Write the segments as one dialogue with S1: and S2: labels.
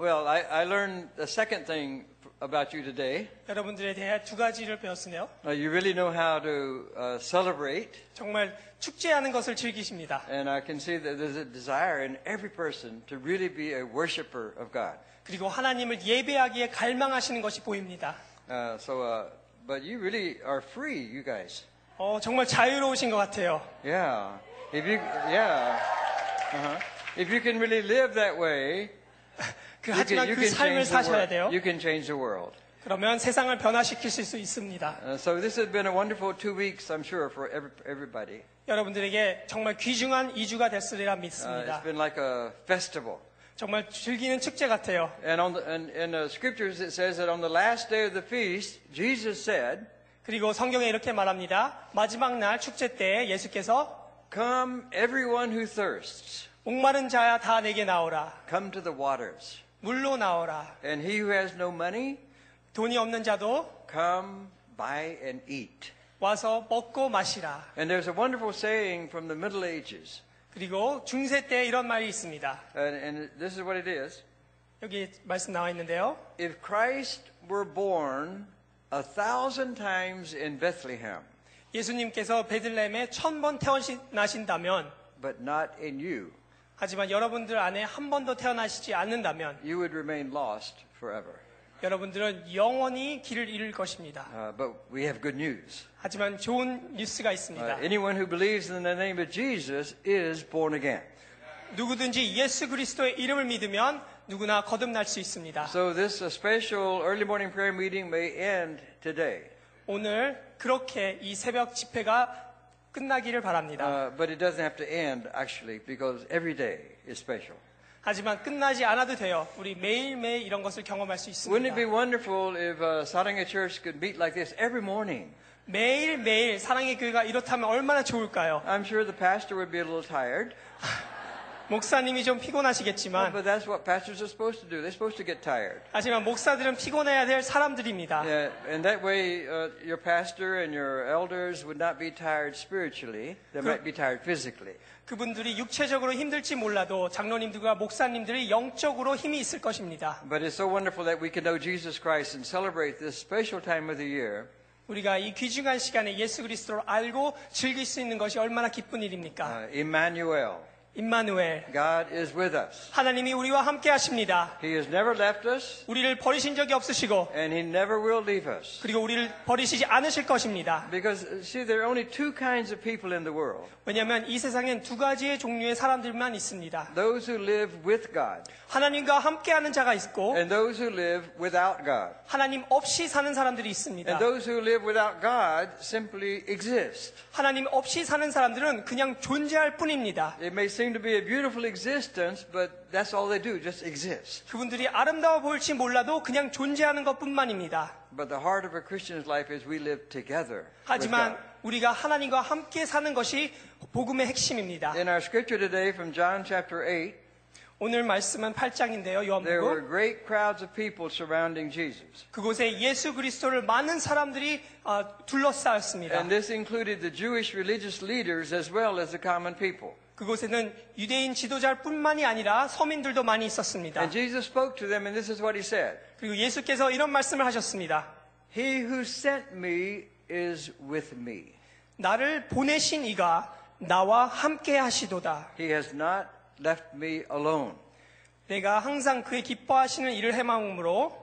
S1: Well, I, I learned the second thing f- about you today.
S2: 여러분들에 대해 두 가지를 배웠으며
S1: Uh, you really know how to uh, celebrate,
S2: 정말 축제하는 것을 즐기십니다.
S1: and I can see that there's a desire in every person to really be a worshiper of God.
S2: 그리고 하나님을 예배하기에 갈망하시는 것이 보입니다.
S1: Uh, so, uh, but you really are free, you guys.
S2: 어, 정말 자유로우신 것 같아요.
S1: Yeah. If you, yeah. Uh-huh. If you can really live that way,
S2: 그,
S1: you
S2: 하지만
S1: can, you
S2: 그
S1: can change the
S2: 삶을 사셔야 돼요.
S1: world. You can change the world.
S2: 그러면 세상을 변화시키실 수 있습니다.
S1: Uh, so this has been a wonderful two weeks, I'm sure, for every, everybody.
S2: 여러분들에게 정말 귀중한 이주가 됐으리라
S1: Uh, it's
S2: 믿습니다.
S1: been like a festival.
S2: 정말 즐기는 축제 같아요.
S1: And on the, and, in the scriptures, it says that on the last day of the feast, Jesus said,
S2: 그리고 성경에 이렇게 말합니다. 마지막 날 축제 때 예수께서
S1: "Come, everyone who thirsts,
S2: 목마른 자야 다 내게 나오라.
S1: come to the waters,
S2: 물로 나오라.
S1: and he who has no money,
S2: 돈이 없는 자도
S1: come buy and eat."
S2: 와서 먹고 마시라.
S1: And there's a wonderful saying from the Middle Ages,
S2: 그리고 중세 때 이런 말이 있습니다.
S1: and, and this is what it is:
S2: 여기 말씀 나와 있는데요.
S1: If Christ were born a thousand times in Bethlehem,
S2: 예수님께서 베들레헴에 천 번 태어나신다면
S1: but not in you,
S2: 하지만 여러분들 안에 한 번도 태어나시지 않는다면
S1: you would remain lost forever.
S2: 여러분들은 영원히 길을 잃을 것입니다.
S1: Uh, but we have good news.
S2: 하지만 좋은 뉴스가
S1: Uh,
S2: 있습니다.
S1: anyone who believes in the name of Jesus is born again.
S2: 누구든지 예수 그리스도의 이름을 믿으면 누구나 거듭날 수 있습니다.
S1: So this uh, special early morning prayer meeting may end today,
S2: 오늘 그렇게 이 새벽 집회가 끝나기를 바랍니다.
S1: uh, but it doesn't have to end actually because every day is special.
S2: 하지만 끝나지 않아도 돼요. 우리 매일매일 이런 것을 경험할 수
S1: Wouldn't
S2: 있습니다.
S1: it be wonderful if uh, Saranga Church could meet like this every morning?
S2: 매일매일 사랑의 교회가 이렇다면 얼마나 좋을까요?
S1: I'm sure the pastor would be a little tired,
S2: 목사님이 좀 피곤하시겠지만
S1: but that's what pastors are supposed to do. They're supposed to get tired.
S2: 하지만 목사들은 피곤해야 될 사람들입니다.
S1: Yeah, and that way, uh, your pastor and your elders would not be tired spiritually. They might be tired physically.
S2: 그분들이 육체적으로 힘들지 몰라도 장로님들과 목사님들이 영적으로 힘이 있을 것입니다.
S1: But it's so wonderful that we can know Jesus Christ and celebrate this special time of the year.
S2: 우리가 이 귀중한 시간에 예수 그리스도를 알고 즐길 수 있는 것이 얼마나 기쁜 일입니까?
S1: Uh, Emmanuel,
S2: 임마누엘
S1: God is with us.
S2: 하나님이 우리와 함께 하십니다.
S1: He has never left us,
S2: 우리를 버리신 적이 없으시고
S1: and He never will leave us.
S2: 그리고 우리를 버리시지 않으실 것입니다.
S1: Because, uh, see, there are only two kinds of people in the world
S2: 왜냐하면 이 세상엔 두 가지의 종류의 사람들만 있습니다.
S1: those who live with God
S2: 하나님과 함께하는 자가 있고
S1: and those who live without God.
S2: 하나님 없이 사는 사람들이
S1: And
S2: 있습니다.
S1: those who live without God simply exist.
S2: 하나님 없이 사는 사람들은 그냥 존재할 뿐입니다.
S1: It may seem to be a beautiful existence, but that's all they do, just exist.
S2: 그분들이 아름다워 보일지 몰라도 그냥 존재하는 것뿐만입니다.
S1: But the heart of a Christian's life is we live together. With God.
S2: 하지만 우리가 하나님과 함께 사는 것이 복음의 핵심입니다.
S1: In our scripture today from John chapter 8,
S2: 오늘 말씀은 8장인데요.
S1: there were
S2: 요한복음
S1: great crowds of people surrounding Jesus.
S2: 그곳에 예수 그리스도를 많은 사람들이 아, 둘러싸였습니다.
S1: And this included the Jewish religious leaders as well as the common people.
S2: 그곳에는 유대인 지도자뿐만이 아니라 서민들도 많이 있었습니다.
S1: And Jesus spoke to them, and this is what he said
S2: 그리고 예수께서 이런 말씀을 하셨습니다.
S1: He who sent me is with me.
S2: 나를 보내신 이가 나와 함께 하시도다.
S1: He has not left me alone.
S2: 내가 항상 그의 기뻐하시는 일을 해마음으로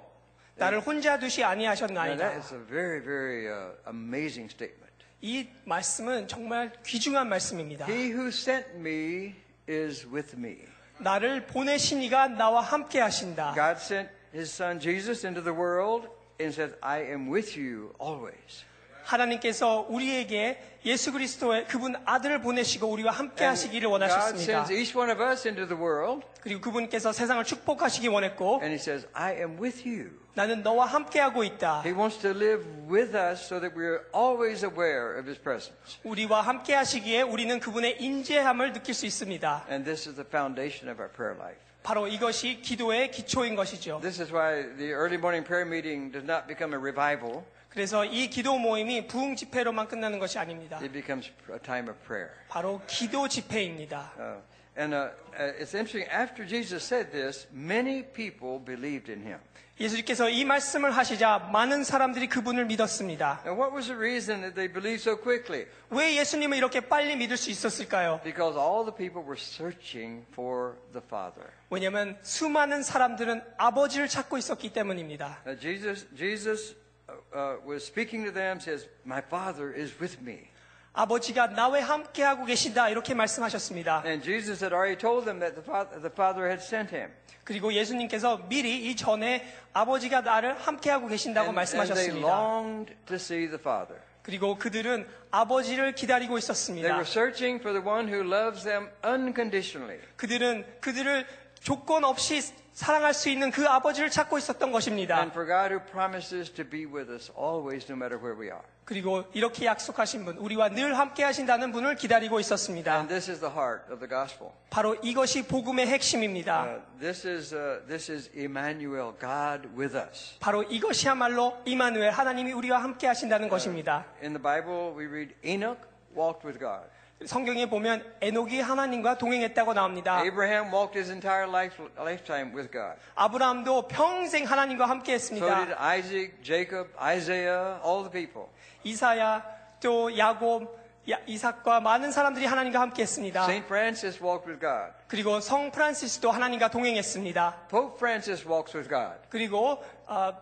S2: 나를 혼자 두시
S1: Now, that
S2: 아니하셨나이다.
S1: is a very, very uh, amazing statement.
S2: 이 말씀은 정말 귀중한 말씀입니다.
S1: He who sent me is with me.
S2: 나를 보내신 이가 나와 함께 하신다.
S1: God sent his son Jesus into the world and says, I am with you always.
S2: 하나님께서 우리에게 예수 그리스도의 그분 아들을 보내시고 우리와 함께
S1: And
S2: 하시기를
S1: God
S2: 원하셨습니다.
S1: sends each one of us into the world
S2: 그리고 그분께서 세상을 축복하시기 원했고
S1: and he says, I am with you.
S2: 나는 너와 함께 하고 있다.
S1: He wants to live with us so that we're always aware of his presence.
S2: 우리와 함께 하시기에 우리는 그분의 인재함을 느낄 수 있습니다.
S1: And this is the foundation of our prayer life.
S2: 바로 이것이 기도의 기초인 것이죠.
S1: This is why the early morning prayer meeting does not become a revival,
S2: 그래서 이 기도 모임이 부흥
S1: 예.
S2: 집회로만 끝나는 것이 아닙니다.
S1: it becomes a time of prayer.
S2: 바로 기도 집회입니다.
S1: Uh, And uh, uh, it's interesting, after Jesus said this, many people believed in him.
S2: 예수님께서 이 말씀을 하시자 많은 사람들이 그분을 믿었습니다.
S1: And what was the reason that they believed so quickly?
S2: 왜 예수님을 이렇게 빨리 믿을 수 있었을까요?
S1: Because all the people were searching for the Father.
S2: 왜냐하면 수많은 사람들은 아버지를 찾고 있었기 때문입니다.
S1: Uh, Jesus, Jesus uh, uh, was speaking to them, says, My Father is with me.
S2: 아버지가 나와 함께하고 계신다 이렇게 말씀하셨습니다.
S1: And Jesus had already told them that the Father, the Father had sent him.
S2: 그리고 예수님께서 미리 이 전에 아버지가 나를 함께하고 계신다고
S1: And, and they
S2: 말씀하셨습니다.
S1: longed to see the Father.
S2: 그리고 그들은 아버지를 기다리고
S1: They
S2: 있었습니다.
S1: were searching for the one who loves them unconditionally.
S2: 그들은 그들을 조건 없이 사랑할 수 있는 그 아버지를 찾고 있었던 것입니다.
S1: And for God who promises to be with us always, no matter where we are.
S2: 그리고 이렇게 약속하신 분, 우리와 늘 함께 하신다는 분을 기다리고 있었습니다.
S1: And this is the heart of the gospel.
S2: 바로 이것이 복음의
S1: Uh,
S2: 핵심입니다.
S1: this is uh, this is Emmanuel, God with us.
S2: 바로 이것이야말로 이마누엘 하나님이 우리와 함께 하신다는 것입니다.
S1: In the Bible, we read Enoch walked with God.
S2: 성경에 보면 에녹이 하나님과 동행했다고 나옵니다.
S1: Abraham walked his entire life, lifetime with God.
S2: 아브라함도 평생 하나님과 함께
S1: So did
S2: 했습니다.
S1: Isaac, Jacob, Isaiah, all the people.
S2: 이사야 또 야곱 야- 이삭과 많은 사람들이 하나님과 함께 했습니다.
S1: Saint Francis walked with God.
S2: 그리고 성 프란시스도 하나님과 동행했습니다.
S1: Pope Francis walks with God.
S2: 그리고 아,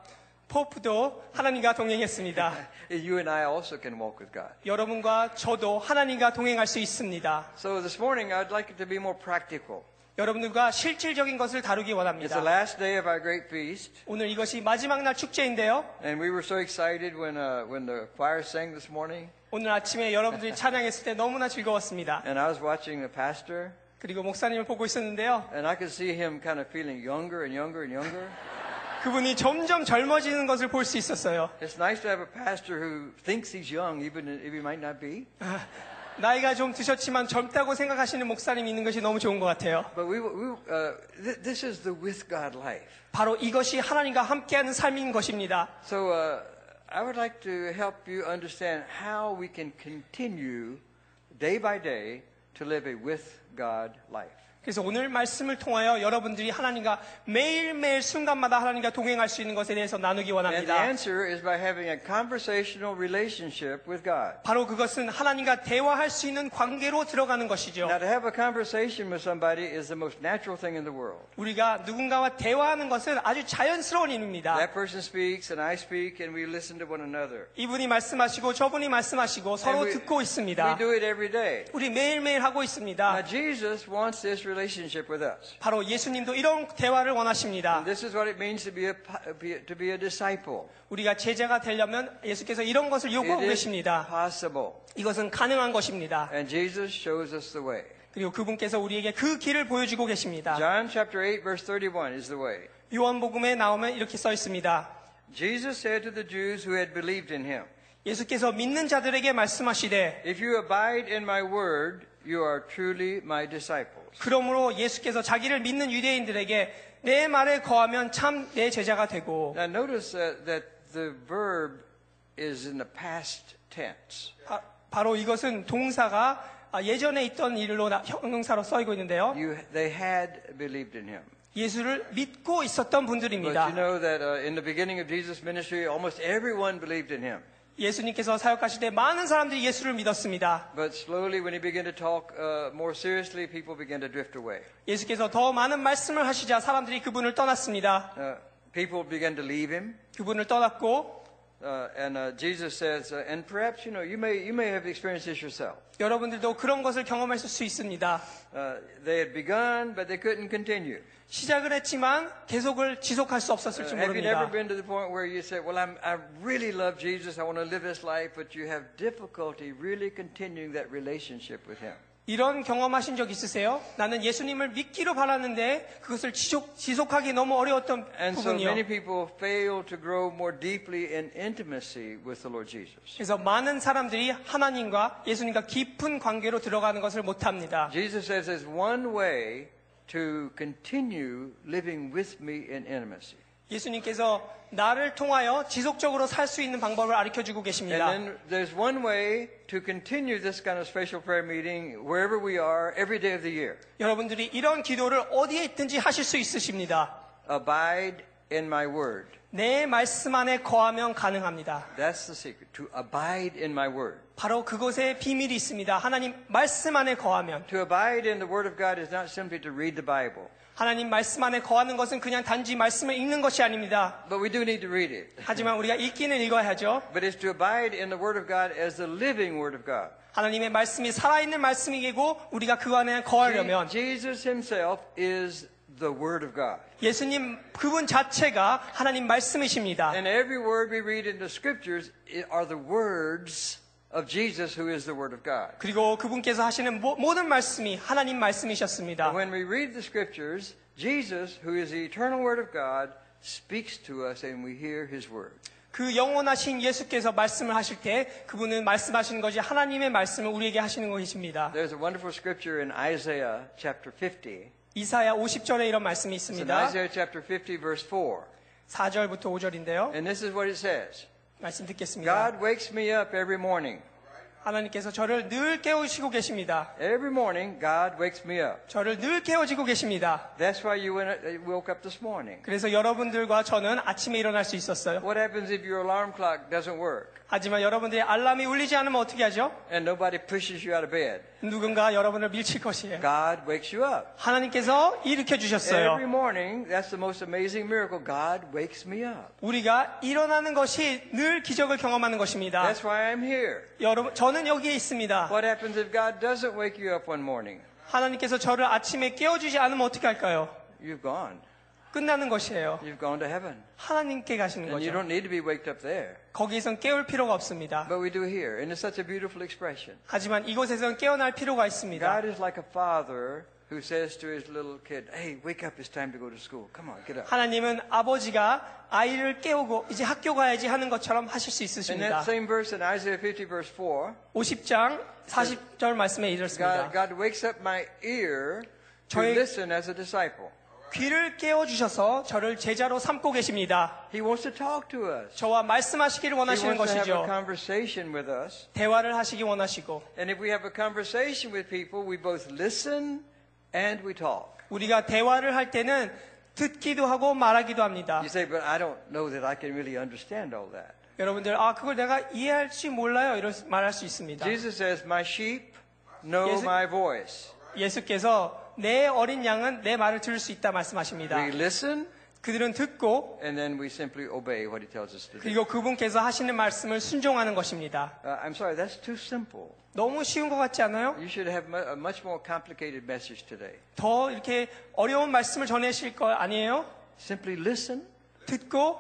S2: 포프도 하나님과 동행했습니다.
S1: You and I also can walk with God.
S2: 여러분과 저도 하나님과 동행할 수 있습니다.
S1: So this morning, I'd like it to be more practical.
S2: 여러분들과 실질적인 것을 다루기
S1: It's the
S2: 원합니다.
S1: last day of our great feast,
S2: 오늘 이것이 마지막 날 축제인데요.
S1: and we were so excited when uh, when the choir sang this morning,
S2: 오늘 아침에 여러분들이 찬양했을 때 너무나 즐거웠습니다.
S1: and I was watching the pastor.
S2: 그리고 목사님을 보고 있었는데요.
S1: And I could see him kind of feeling younger and younger and younger.
S2: 그분이 점점 젊어지는 것을 볼 수 있었어요.
S1: It's nice to have a pastor who thinks he's young, even if he might not be.
S2: 나이가 좀 드셨지만 젊다고 생각하시는 목사님이 있는 것이 너무 좋은 것 같아요.
S1: But we, we uh, th- this is the with God life.
S2: 바로 이것이 하나님과 함께하는 삶인 것입니다.
S1: So uh, I would like to help you understand how we can continue day by day to live a with God life.
S2: 그래서 오늘 말씀을 통하여 여러분들이 하나님과 매일매일 순간마다 하나님과 동행할 수 있는 것에 대해서 나누기
S1: And the
S2: 원합니다.
S1: answer is by having a conversational relationship with God.
S2: 바로 그것은 하나님과 대화할 수 있는 관계로 들어가는 것이죠.
S1: Now, to have a conversation with somebody is the most natural thing in the world.
S2: 우리가 누군가와 대화하는 것은 아주 자연스러운 일입니다.
S1: That person speaks and I speak and we listen to one another.
S2: 이분이 말씀하시고 저분이 말씀하시고 서로
S1: And we-
S2: 듣고
S1: We
S2: 있습니다.
S1: do it every day.
S2: 우리 매일매일
S1: Now,
S2: 하고 있습니다.
S1: Jesus wants this relationship with us.
S2: 바로 예수님도 이런 대화를 원하십니다.
S1: And this is what it means to be a, be- to be a disciple.
S2: 우리가 제자가 되려면 예수께서 이런 것을 요구하고
S1: It is
S2: 계십니다.
S1: possible.
S2: 이것은 가능한 것입니다.
S1: And Jesus shows us the way.
S2: 그리고 그분께서 우리에게 그 길을 보여주고 계십니다.
S1: John chapter 8, verse 31 is the way.
S2: 요한복음에 나오면 이렇게 써 있습니다.
S1: Jesus said to the Jews who had believed in him,
S2: 예수께서 믿는 자들에게 말씀하시되
S1: If you abide in my word, you are truly my disciples.
S2: 그러므로 예수께서 자기를 믿는 유대인들에게 내 말에 거하면 참 내 제자가 되고
S1: Now, notice uh, that the verb is in the past tense.
S2: 아, 바로 이것은 동사가 아, 예전에 있던 일로 나- 형용사로 써이고 있는데요.
S1: You, they had believed in him.
S2: 예수를 믿고 있었던
S1: But you
S2: 분들입니다.
S1: know that uh, in the beginning of Jesus' ministry, almost everyone believed in him.
S2: 예수님께서 사역하실 때 많은 사람들이 예수를 믿었습니다.
S1: But slowly, when he began to talk uh, more seriously, people began to drift away.
S2: 예수께서 더 많은 말씀을 하시자 사람들이 그분을 떠났습니다.
S1: Uh, people began to leave him.
S2: 그분을 떠났고
S1: Uh, and uh, Jesus says, uh, and perhaps, you know, you may, you may have experienced this yourself.
S2: 여러분들도 그런 것을 경험하실 수 있습니다.
S1: Uh, they had begun, but they couldn't continue.
S2: 시작을 했지만 계속을 지속할
S1: Uh,
S2: 수 없었을지
S1: have you never
S2: 모릅니다.
S1: been to the point where you said, well, I'm, I really love Jesus, I want to live his life, but you have difficulty really continuing that relationship with him?
S2: 이런 경험하신 적 있으세요? 나는 예수님을 믿기로 바랐는데 그것을 지속, 지속하기 너무 어려웠던
S1: And so
S2: 부분이요.
S1: many people fail to grow more deeply in intimacy with the Lord Jesus.
S2: 그래서 많은 사람들이 하나님과 예수님과 깊은 관계로 들어가는 것을 못합니다.
S1: Jesus says there's one way to continue living with me in intimacy.
S2: 예수님께서 나를 통하여 지속적으로 살 수 있는 방법을 가르쳐 주고
S1: And
S2: 계십니다.
S1: then there's one way to continue this kind of special prayer meeting wherever we are every day of the year.
S2: 여러분들이 이런 기도를 어디에 있든지 하실 수 있으십니다.
S1: Abide in my word.
S2: 내 말씀 안에 거하면 가능합니다.
S1: That's the secret. To abide in my word.
S2: 바로 그곳에 비밀이 있습니다. 하나님 말씀 안에 거하면
S1: To abide in the word of God is not simply to read the Bible,
S2: 하나님 말씀 안에 거하는 것은 그냥 단지 말씀을 읽는 것이 아닙니다.
S1: but we do need to read it.
S2: 하지만 우리가 읽기는 읽어야죠.
S1: But it's to abide in the word of God as the living word of God.
S2: 하나님의 말씀이 살아있는 말씀이고 우리가 그 안에 거하려면
S1: Jesus himself is the word of God.
S2: 예수님 그분 자체가 하나님 말씀이십니다.
S1: And every word we read in the scriptures i- are the words of Jesus who is the word of God.
S2: 그리고 그분께서 하시는 모, 모든 말씀이 하나님 말씀이셨습니다.
S1: When we read the scriptures, Jesus, who is the eternal Word of God, speaks to us and we hear His Word.
S2: 그 영원하신 예수께서 말씀을 하실 때 그분은 말씀하시는 것이 하나님의 말씀을 우리에게 하시는 것이십니다.
S1: There's a wonderful scripture in Isaiah chapter 50.
S2: 이사야 50절에 이런 말씀이
S1: It's in
S2: 있습니다.
S1: Isaiah chapter 50, verse 4.
S2: 4절부터 5절인데요.
S1: And this is what it says
S2: 말씀 듣겠습니다.
S1: God wakes me up every morning.
S2: 하나님께서 저를 늘 깨우시고 계십니다.
S1: Every morning, God wakes me up.
S2: 저를 늘 깨워지고 계십니다.
S1: That's why you went, uh, woke up this morning.
S2: 그래서 여러분들과 저는 아침에 일어날 수 있었어요.
S1: What happens if your alarm clock doesn't work
S2: 하지만 여러분들의 알람이 울리지 않으면 어떻게 하죠?
S1: and nobody pushes you out of bed?
S2: 누군가 여러분을 밀칠 것이에요.
S1: God wakes you up.
S2: 하나님께서 일으켜
S1: Every
S2: 주셨어요.
S1: morning, that's the most amazing miracle. God wakes me up.
S2: 우리가 일어나는 것이 늘 기적을 경험하는 것입니다.
S1: That's why I'm here.
S2: 여러분, 저는 여기에 있습니다.
S1: What happens if God doesn't wake you up one morning?
S2: 하나님께서 저를 아침에 깨워주지 않으면 어떻게 할까요?
S1: You've gone.
S2: 끝나는 것이에요.
S1: You've gone to heaven.
S2: 하나님께 가시는
S1: And you
S2: 거죠.
S1: don't need to be waked up there.
S2: 거기에선 깨울 필요가 없습니다.
S1: But we do here. And it's such a beautiful expression.
S2: 하지만 이곳에선 깨어날 필요가 있습니다.
S1: God is like a father who says to his little kid, Hey, wake up. It's time to go to school. Come on, get up.
S2: 하나님은 아버지가 아이를 깨우고 이제 학교 가야지 하는 것처럼 하실 수
S1: In that
S2: 있으십니다.
S1: same verse in Isaiah 50, verse 4,
S2: 50장 40절 말씀에 이렇습니다.
S1: God, God wakes up my ear to
S2: 저의-
S1: listen as a disciple.
S2: 귀를 깨워주셔서 저를 제자로 삼고 계십니다.
S1: He wants to talk to us.
S2: 저와 말씀하시기를
S1: He
S2: 원하시는
S1: wants to have a
S2: 것이죠.
S1: conversation with us.
S2: 대화를 하시기 원하시고
S1: And if we have a conversation with people, we both listen and we talk.
S2: 우리가 대화를 할 때는 듣기도 하고 말하기도 합니다.
S1: You say, but I don't know that I can really understand all that.
S2: 여러분들 아 그걸 내가 이해할지 몰라요 이런 말할 수 있습니다.
S1: Jesus says, My sheep know
S2: Yes, it-
S1: my voice.
S2: 예수께서 내 어린 양은 내 말을 들을 수 있다 말씀하십니다.
S1: We listen
S2: 그들은 듣고
S1: and then we simply obey what he tells us to do.
S2: 그리고 그분께서 하시는 말씀을 순종하는 것입니다.
S1: Uh, I'm sorry, that's too simple.
S2: 너무 쉬운 것 같지 않아요?
S1: You should have mu- a much more complicated message today.
S2: 더 이렇게 어려운 말씀을 전해실 거 아니에요?
S1: Simply listen
S2: 듣고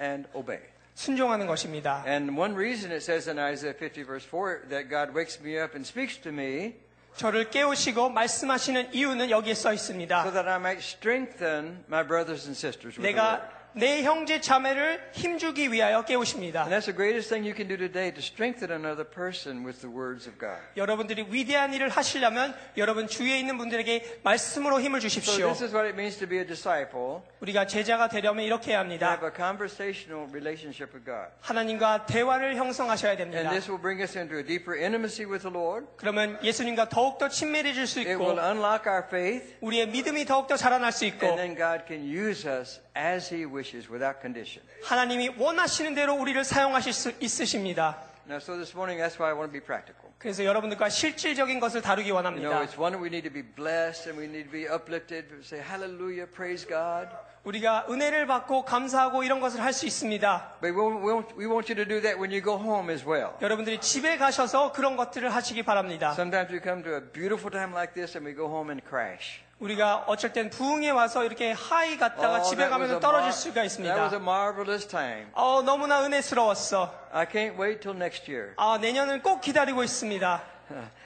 S1: and obey.
S2: 순종하는 것입니다.
S1: And one reason it says in Isaiah 50, verse 4, that God wakes me up and speaks to me
S2: 저를 깨우시고 말씀하시는 이유는 여기에 써
S1: so
S2: 있습니다.
S1: that I might strengthen my brothers and sisters with the word.
S2: 내가 내 형제 자매를 힘주기 위하여 깨우십니다.
S1: And that's the greatest thing you can do today to strengthen another person with the words of God.
S2: 여러분들이 위대한 일을 하시려면 여러분 주위에 있는 분들에게 말씀으로 힘을
S1: So
S2: 주십시오.
S1: this is what it means to be a disciple,
S2: 우리가 제자가 되려면 이렇게 해야
S1: to have
S2: 합니다.
S1: a conversational relationship with God.
S2: 하나님과 대화를 형성하셔야
S1: And
S2: 됩니다.
S1: this will bring us into a deeper intimacy with the Lord.
S2: 그러면 예수님과 더욱더 친밀해질 수
S1: It
S2: 있고
S1: will unlock our faith,
S2: 우리의 믿음이 더욱더 자라날 수
S1: and
S2: 있고
S1: then God can use us as He wishes without condition.
S2: 하나님이 원하시는 대로 우리를 사용하실 수 있으십니다.
S1: Now, so this morning, that's why I want to be practical.
S2: 그래서 여러분들과 실질적인 것을 다루기
S1: You know,
S2: 원합니다.
S1: it's one we need to be blessed and we need to be uplifted. Say hallelujah, praise God.
S2: 우리가 은혜를 받고 감사하고 이런 것을 할 수 있습니다.
S1: But we want, we want- we want you to do that when you go home as well.
S2: 여러분들이 집에 가셔서 그런 것들을 하시기 바랍니다.
S1: Sometimes we come to a beautiful time like this and we go home and crash. Oh,
S2: 우리가 어쩔 땐 부흥에 와서 이렇게 하이 갔다가
S1: 네,
S2: 집에
S1: 그렇죠.
S2: 가면
S1: 뭐.
S2: 떨어질 수가
S1: that was a
S2: 있습니다.
S1: marvelous time.
S2: 어, 너무나 은혜스러웠어.
S1: I can't wait till next year.
S2: 아, 내년은 꼭 기다리고 있습니다.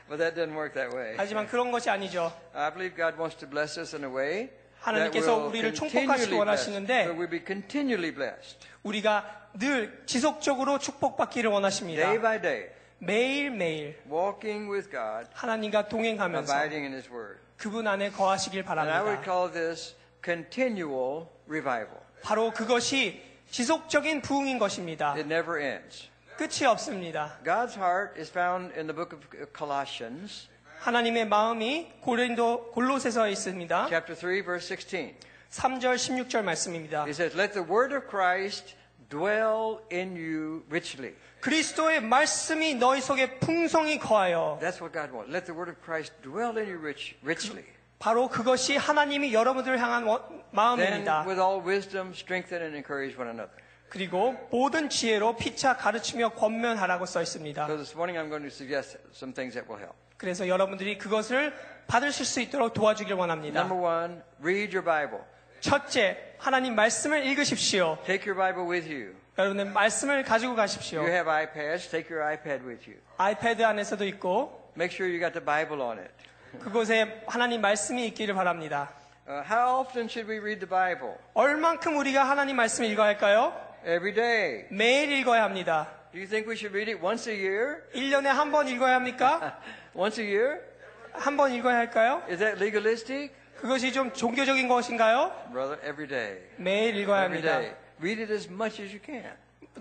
S1: but that doesn't work that way.
S2: 하지만 그런 것이 아니죠.
S1: I believe God wants to bless us in a way that
S2: 하나님께서
S1: will
S2: 우리를
S1: continually
S2: 축복하시기
S1: bless.
S2: 원하시는데
S1: That we'll be continually blessed
S2: 우리가 늘 지속적으로 축복받기를 원하십니다.
S1: day by day,
S2: 매일매일
S1: walking with God,
S2: 하나님과 동행하면서
S1: abiding in His Word.
S2: 그분 안에 거하시길
S1: And I would
S2: 바랍니다.
S1: call this continual revival.
S2: 바로 그것이 지속적인 부흥인 것입니다.
S1: It never ends.
S2: 끝이 없습니다.
S1: God's heart is found in the book of Colossians,
S2: 하나님의 마음이 고린도 골로새서에 있습니다.
S1: chapter 3, verse 16.
S2: 3절 16절 말씀입니다.
S1: He says, Let the word of Christ dwell in you richly.
S2: 그리스도의 말씀이 너희 속에 풍성히 거하여
S1: That's what God wants. Let the word of Christ dwell in you rich, richly.
S2: 바로 그것이 하나님이 여러분들을 향한 원-
S1: Then,
S2: 마음입니다.
S1: with all wisdom, strengthen and encourage one another.
S2: 그리고 모든 지혜로 피차 가르치며 권면하라고 써 있습니다.
S1: So, this morning I'm going to suggest some things that will help.
S2: 그래서 여러분들이 그것을 받으실 수 있도록 도와주길
S1: Number
S2: 원합니다.
S1: one, read your Bible.
S2: 첫째, 하나님 말씀을 읽으십시오.
S1: Take your Bible with you.
S2: 여러분의 말씀을 가지고
S1: You
S2: 가십시오.
S1: have iPads, take your iPad with you.
S2: 아이패드 안에서도 있고
S1: Make sure you got the Bible on it.
S2: 그곳에 하나님 말씀이 있기를 바랍니다.
S1: Uh, how often should we read the Bible?
S2: 얼만큼 우리가 하나님 말씀을 읽어야 할까요?
S1: Every day.
S2: 매일 읽어야 합니다.
S1: Do you think we should read it once a year?
S2: 1년에 한 번 읽어야 합니까?
S1: Once a year?
S2: 한 번 읽어야 할까요?
S1: Is that legalistic?
S2: 그것이 좀 종교적인 것인가요?
S1: Brother, every day.
S2: 매일 읽어야
S1: Every
S2: 합니다.
S1: day. Read it as much as you can.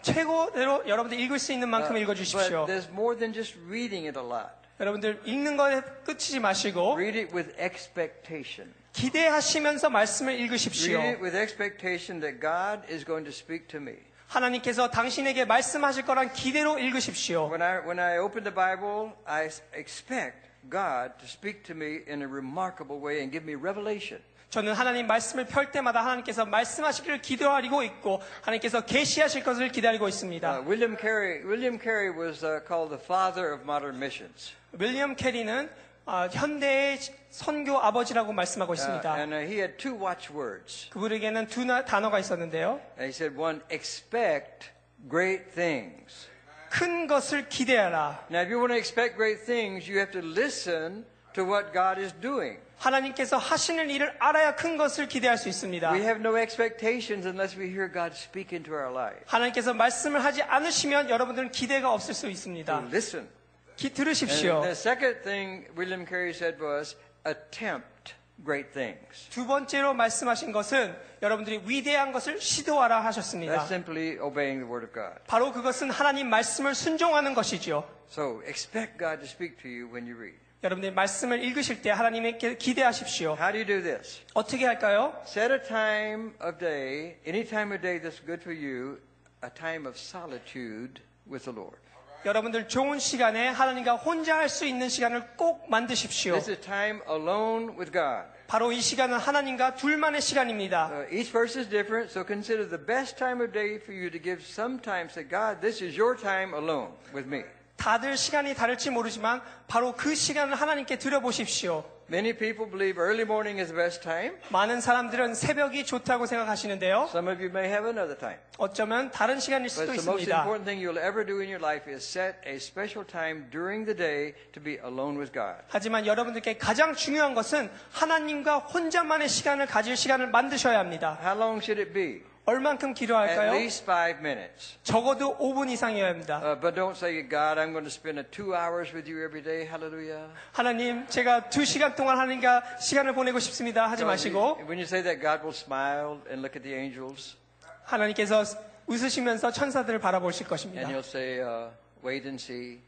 S2: 최고대로 여러분들 읽을 수 있는 만큼
S1: but
S2: 읽어주십시오.
S1: there's more than just reading it a lot.
S2: 여러분들 읽는 거에 끝이지 마시고
S1: Read it with expectation.
S2: 기대하시면서 말씀을
S1: Read
S2: 읽으십시오.
S1: it with expectation that God is going to speak to me.
S2: 하나님께서 당신에게 말씀하실 거란 기대로 읽으십시오.
S1: When I, when I open the Bible, I s- expect God to speak to me in a remarkable way and give me revelation.
S2: 저는 하나님 말씀을 펼 때마다 하나님께서 말씀하시기를 기도하고 있고 하나님께서 계시하실 것을 기다리고
S1: Uh,
S2: 있습니다.
S1: William Carey, William Carey was uh, called the father of modern missions.
S2: 윌리엄 캐리는 아, 현대의 선교 아버지라고 말씀하고
S1: Uh,
S2: 있습니다.
S1: and uh, he had two watchwords.
S2: 그분에게는 두 나- 단어가 있었는데요.
S1: And he said, one, expect great things.
S2: 큰 것을 기대하라.
S1: Now, if you want to expect great things, you have to listen to what God is doing.
S2: 하나님께서 하시는 일을 알아야 큰 것을 기대할 수 있습니다.
S1: We have no expectations unless we hear God speak into our life.
S2: 하나님께서 말씀을 하지 않으시면 여러분들은 기대가 없을 수
S1: So
S2: 있습니다.
S1: listen.
S2: 기,
S1: And
S2: 들으십시오.
S1: the second thing William Carey said was, attempt great things.
S2: 두 번째로 말씀하신 것은 여러분들이 위대한 것을 시도하라
S1: That's
S2: 하셨습니다.
S1: simply obeying the Word of God.
S2: 바로 그것은 하나님 말씀을 순종하는 것이지요.
S1: So expect God to speak to you when you read.
S2: 여러분들이 말씀을 읽으실 때 하나님께 기대하십시오.
S1: How do you do this?
S2: 어떻게 할까요?
S1: Set a time of day, any time of day that's good for you, a time of solitude with the Lord.
S2: 여러분들 좋은 시간에 하나님과 혼자 할 수 있는 시간을 꼭 만드십시오.
S1: This is time alone with God.
S2: 바로 이 시간은 하나님과 둘만의 시간입니다.
S1: Uh, each person is different, so consider the best time of day for you to give some time. Say, God, this is your time alone with me.
S2: 다들 시간이 다를지 모르지만 바로 그 시간을 하나님께 드려보십시오.
S1: Many people believe early morning is the best time.
S2: 많은 사람들은 새벽이 좋다고 생각하시는데요.
S1: Some of you may have another time.
S2: 어쩌면 다른 시간일 수도
S1: But the most
S2: 있습니다.
S1: important thing you'll ever do in your life is set a special time during the day to be alone with God.
S2: 하지만 여러분들께 가장 중요한 것은 하나님과 혼자만의 시간을 가질 시간을 만드셔야 합니다.
S1: How long should it be?
S2: 얼만큼
S1: At
S2: 기도할까요?
S1: least five minutes.
S2: 적어도 5분 이상이어야 합니다.
S1: Uh, but don't say, God, I'm going to spend uh, two hours with you every day. Hallelujah.
S2: 하나님, 제가 두 시간 동안 하나님과 시간을 보내고 싶습니다. 하지 마시고
S1: When you say that, God will smile and look at the angels,
S2: 하나님께서 웃으시면서 천사들을 바라보실
S1: and
S2: 것입니다.
S1: He'll say, uh, "Wait and see."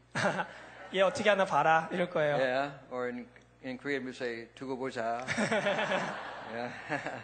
S2: 얘 어떻게 하나 봐라 이럴 거예요.
S1: Yeah. Or in in Korean, we say "tugo boja." yeah.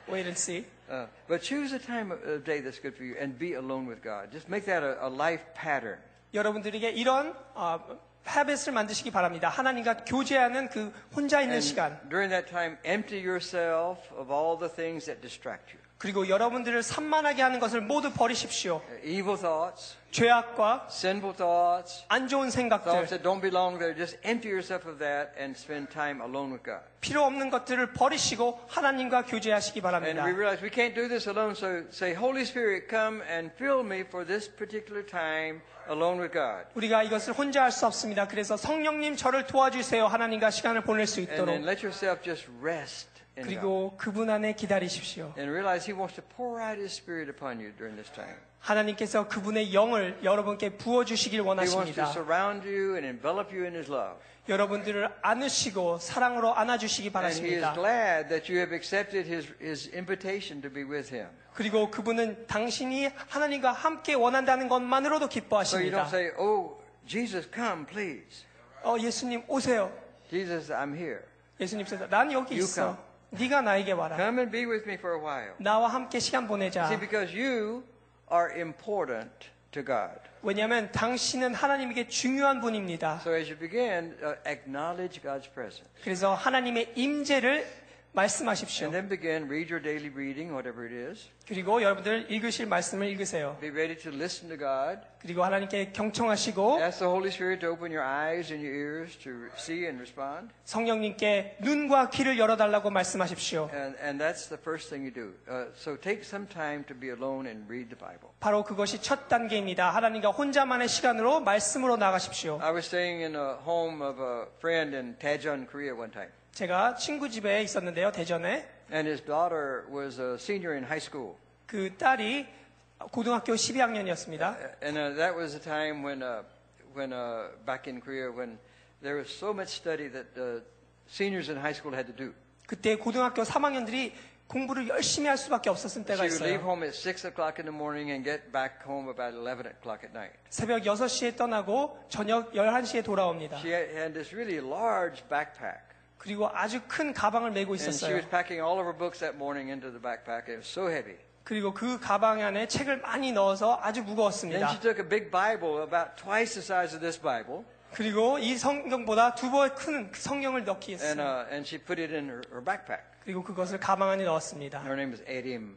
S2: Wait and see.
S1: uh, but choose a time of- of day that's good for you, and be alone with God. Just make that a, a life pattern.
S2: 여러분들에게 이런 어, 헤빗을 만드시기 바랍니다. 하나님과 교제하는 그 혼자 있는
S1: And
S2: 시간
S1: during that time, empty yourself of all the things that distract you:
S2: 그리고 여러분들을 산만하게 하는 것을 모두 버리십시오.
S1: Uh, evil thoughts,
S2: 죄악과
S1: sinful thoughts.
S2: 안 좋은
S1: Thoughts
S2: 생각들,
S1: that don't belong there, just empty yourself of that and spend time alone with God.
S2: 필요 없는 것들을 버리시고 하나님과 교제하시기
S1: And
S2: 바랍니다.
S1: we realize we can't do this alone, so say, Holy Spirit, come and fill me for this particular time alone with God.
S2: 우리가 이것을 혼자 할 수 없습니다. 그래서 성령님 저를 도와주세요. 하나님과 시간을 보낼 수
S1: And then
S2: 있도록
S1: let yourself just rest in God.
S2: 그리고 그분 안에 기다리십시오.
S1: And realize He wants to pour out His Spirit upon you during this time.
S2: 하나님께서 그분의 영을 여러분께 부어주시길
S1: He wants to
S2: 원하십니다.
S1: surround you and envelop you in His love.
S2: 여러분들을 안으시고 사랑으로 안아주시기
S1: And He is
S2: 바라십니다.
S1: glad that you have accepted His, his invitation to be with Him.
S2: 그리고 그분은 당신이 하나님과 함께 원한다는
S1: So
S2: 것만으로도
S1: you don't
S2: 기뻐하십니다.
S1: say, Oh, Jesus, come, please.
S2: 어, 예수님 오세요.
S1: Jesus, I'm here.
S2: 예수님께서 난 여기
S1: You
S2: 있어. 네가 나에게 와라.
S1: Come and be with me for a while.
S2: 나와 함께 시간 보내자.
S1: See, because you are important to God.
S2: 왜냐하면 당신은 하나님에게 중요한 분입니다.
S1: So as you begin, uh, acknowledge God's presence.
S2: 그래서 하나님의 임재를
S1: And
S2: 말씀하십시오.
S1: then begin, read your daily reading, whatever it is.
S2: 그리고 여러분들 읽으실 말씀을 읽으세요.
S1: Be ready to listen to God.
S2: 그리고 하나님께 경청하시고
S1: Ask the Holy Spirit to open your eyes and your ears to see and respond.
S2: 성령님께 눈과 귀를 열어달라고 말씀하십시오.
S1: And, and that's the first thing you do. Uh, so take some time to be alone and read the Bible.
S2: 바로 그것이 첫 단계입니다. 하나님과 혼자만의 시간으로 말씀으로 나가십시오.
S1: I was staying in a home of a friend in Daejeon, Korea one time.
S2: 제가 친구 집에 있었는데요, 대전에.
S1: And his daughter was a senior in high school.
S2: 그 딸이 고등학교 12학년이었습니다.
S1: And uh, that was a time when, uh, when uh, back in Korea, when there was so much study that uh, seniors in high school had to do.
S2: 그때 고등학교 3학년들이 공부를 열심히 할 수밖에 없었을 때가
S1: She would leave
S2: 있어요.
S1: home at six o'clock in the morning and get back home about eleven o'clock at night.
S2: 새벽 6시에 떠나고 저녁 11시에 돌아옵니다.
S1: She had had this really large backpack,
S2: 그리고 아주 큰 가방을 메고
S1: and she was
S2: 있었어요.
S1: packing all of her books that morning into the backpack. It was so heavy.
S2: 그리고 그 가방 안에 책을 많이 넣어서 아주
S1: Then she
S2: 무거웠습니다.
S1: took a big Bible, about twice the size of this Bible,
S2: 그리고 이 성경보다 두 번 큰 성경을 넣기
S1: and
S2: 했어요.
S1: uh, and she put it in her, her backpack.
S2: 그리고 그것을 가방 안에 넣었습니다.
S1: Her name is Edim.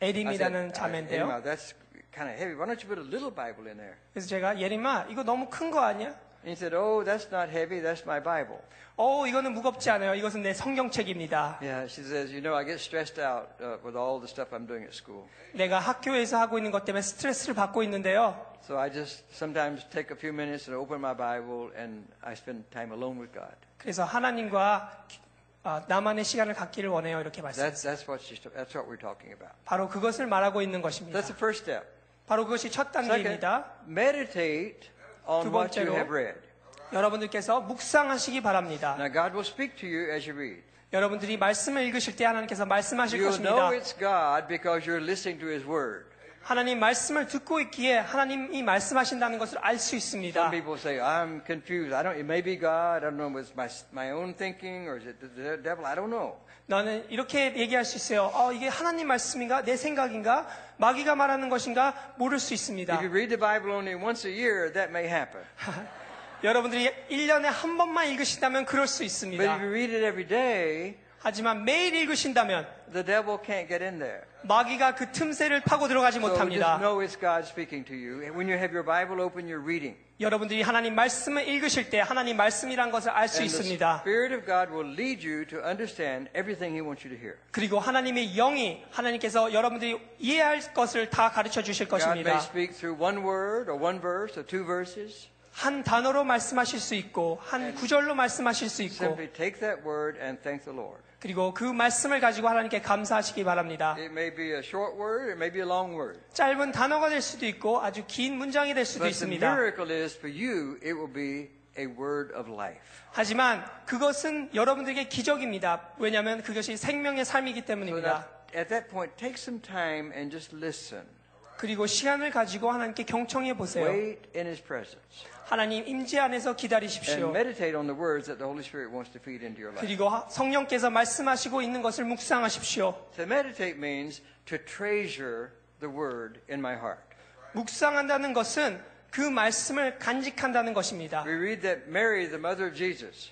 S1: I said,
S2: 에림이라는
S1: "Uh, Edim, uh,
S2: 자매인데요.
S1: that's kind of heavy. Why don't you put a little Bible in there?
S2: 그래서 제가 예림아 이거 너무 큰 거 아니야?
S1: And he said, Oh, that's not heavy. That's my Bible.
S2: 어 이거는 무겁지 않아요. 이것은 내 성경책입니다.
S1: Yeah, she says, You know, I get stressed out uh, with all the stuff I'm doing at school.
S2: 내가 학교에서 하고 있는 것 때문에 스트레스를 받고 있는데요.
S1: So I just sometimes take a few minutes and open my Bible and I spend time alone with God.
S2: 그래서 하나님과 아, 나만의 시간을 갖기를 원해요. 이렇게 말씀.
S1: That's, that's, what, she's, that's what we're talking about.
S2: 바로 그것을 말하고 있는
S1: So
S2: 것입니다.
S1: That's the first step.
S2: 바로 그것이 첫
S1: Second,
S2: 단계입니다.
S1: meditate on
S2: 두
S1: what you
S2: 번째로.
S1: have read.
S2: 여러분들께서 묵상하시기 바랍니다.
S1: Now, God will speak to you as you read.
S2: 여러분들이 말씀을 읽으실 때 하나님께서 말씀하실
S1: You'll know
S2: 것입니다.
S1: it's God because you're listening to His Word.
S2: 하나님 말씀을 듣고 있기에 하나님이 말씀하신다는 것을 알 수 있습니다.
S1: Some people say, I'm confused. I don't, it may be God. I don't know if it's my, my own thinking or is it the- the devil. I don't know.
S2: 나는 이렇게 얘기할 수 있어요. 어, 이게 하나님 말씀인가? 내 생각인가? 마귀가 말하는 것인가? 모를 수 있습니다.
S1: If you read the Bible only once a year, that may happen.
S2: 여러분들이 1년에 한 번만 읽으신다면 그럴 수
S1: But if
S2: 있습니다.
S1: you read it every day,
S2: 하지만 매일 읽으신다면
S1: the devil can't get in there.
S2: 마귀가 그 틈새를 파고 들어가지
S1: So just
S2: 못합니다.
S1: know it's God speaking to you. And when you have your Bible open, you're reading.
S2: 여러분들이 하나님 말씀을 읽으실 때 하나님 말씀이란 것을 알 수
S1: And the
S2: 있습니다.
S1: Spirit of God will lead you to understand everything He wants you to hear.
S2: 그리고 하나님의 영이 하나님께서 여러분들이 이해할 것을 다 가르쳐 주실
S1: God may
S2: 것입니다.
S1: speak through one word or one verse or two verses.
S2: 한 단어로 말씀하실 수 있고 한 구절로 말씀하실 수 있고
S1: Simply take that word and thank the Lord.
S2: 그리고 그 말씀을 가지고 하나님께 감사하시기 바랍니다.
S1: It may be a short word, it may be a long word.
S2: 짧은 단어가 될 수도 있고 아주 긴 문장이 될 수도
S1: But the
S2: 있습니다.
S1: miracle is for you, it will be a word of life.
S2: 하지만 그것은 여러분들에게 기적입니다. 왜냐하면 그것이 생명의 삶이기
S1: So now,
S2: 때문입니다.
S1: at that point, take some time and just listen.
S2: 그리고 시간을 가지고 하나님께 경청해 보세요.
S1: Wait in His presence.
S2: 하나님 임재 안에서
S1: And
S2: 기다리십시오.
S1: meditate on the words that the Holy Spirit wants to feed into your life.
S2: 그리고 하- 성령께서 말씀하시고 있는 것을 묵상하십시오.
S1: To meditate means to treasure the word in my heart.
S2: 묵상한다는 것은 그 말씀을 간직한다는 것입니다.
S1: We read that Mary, the mother of Jesus,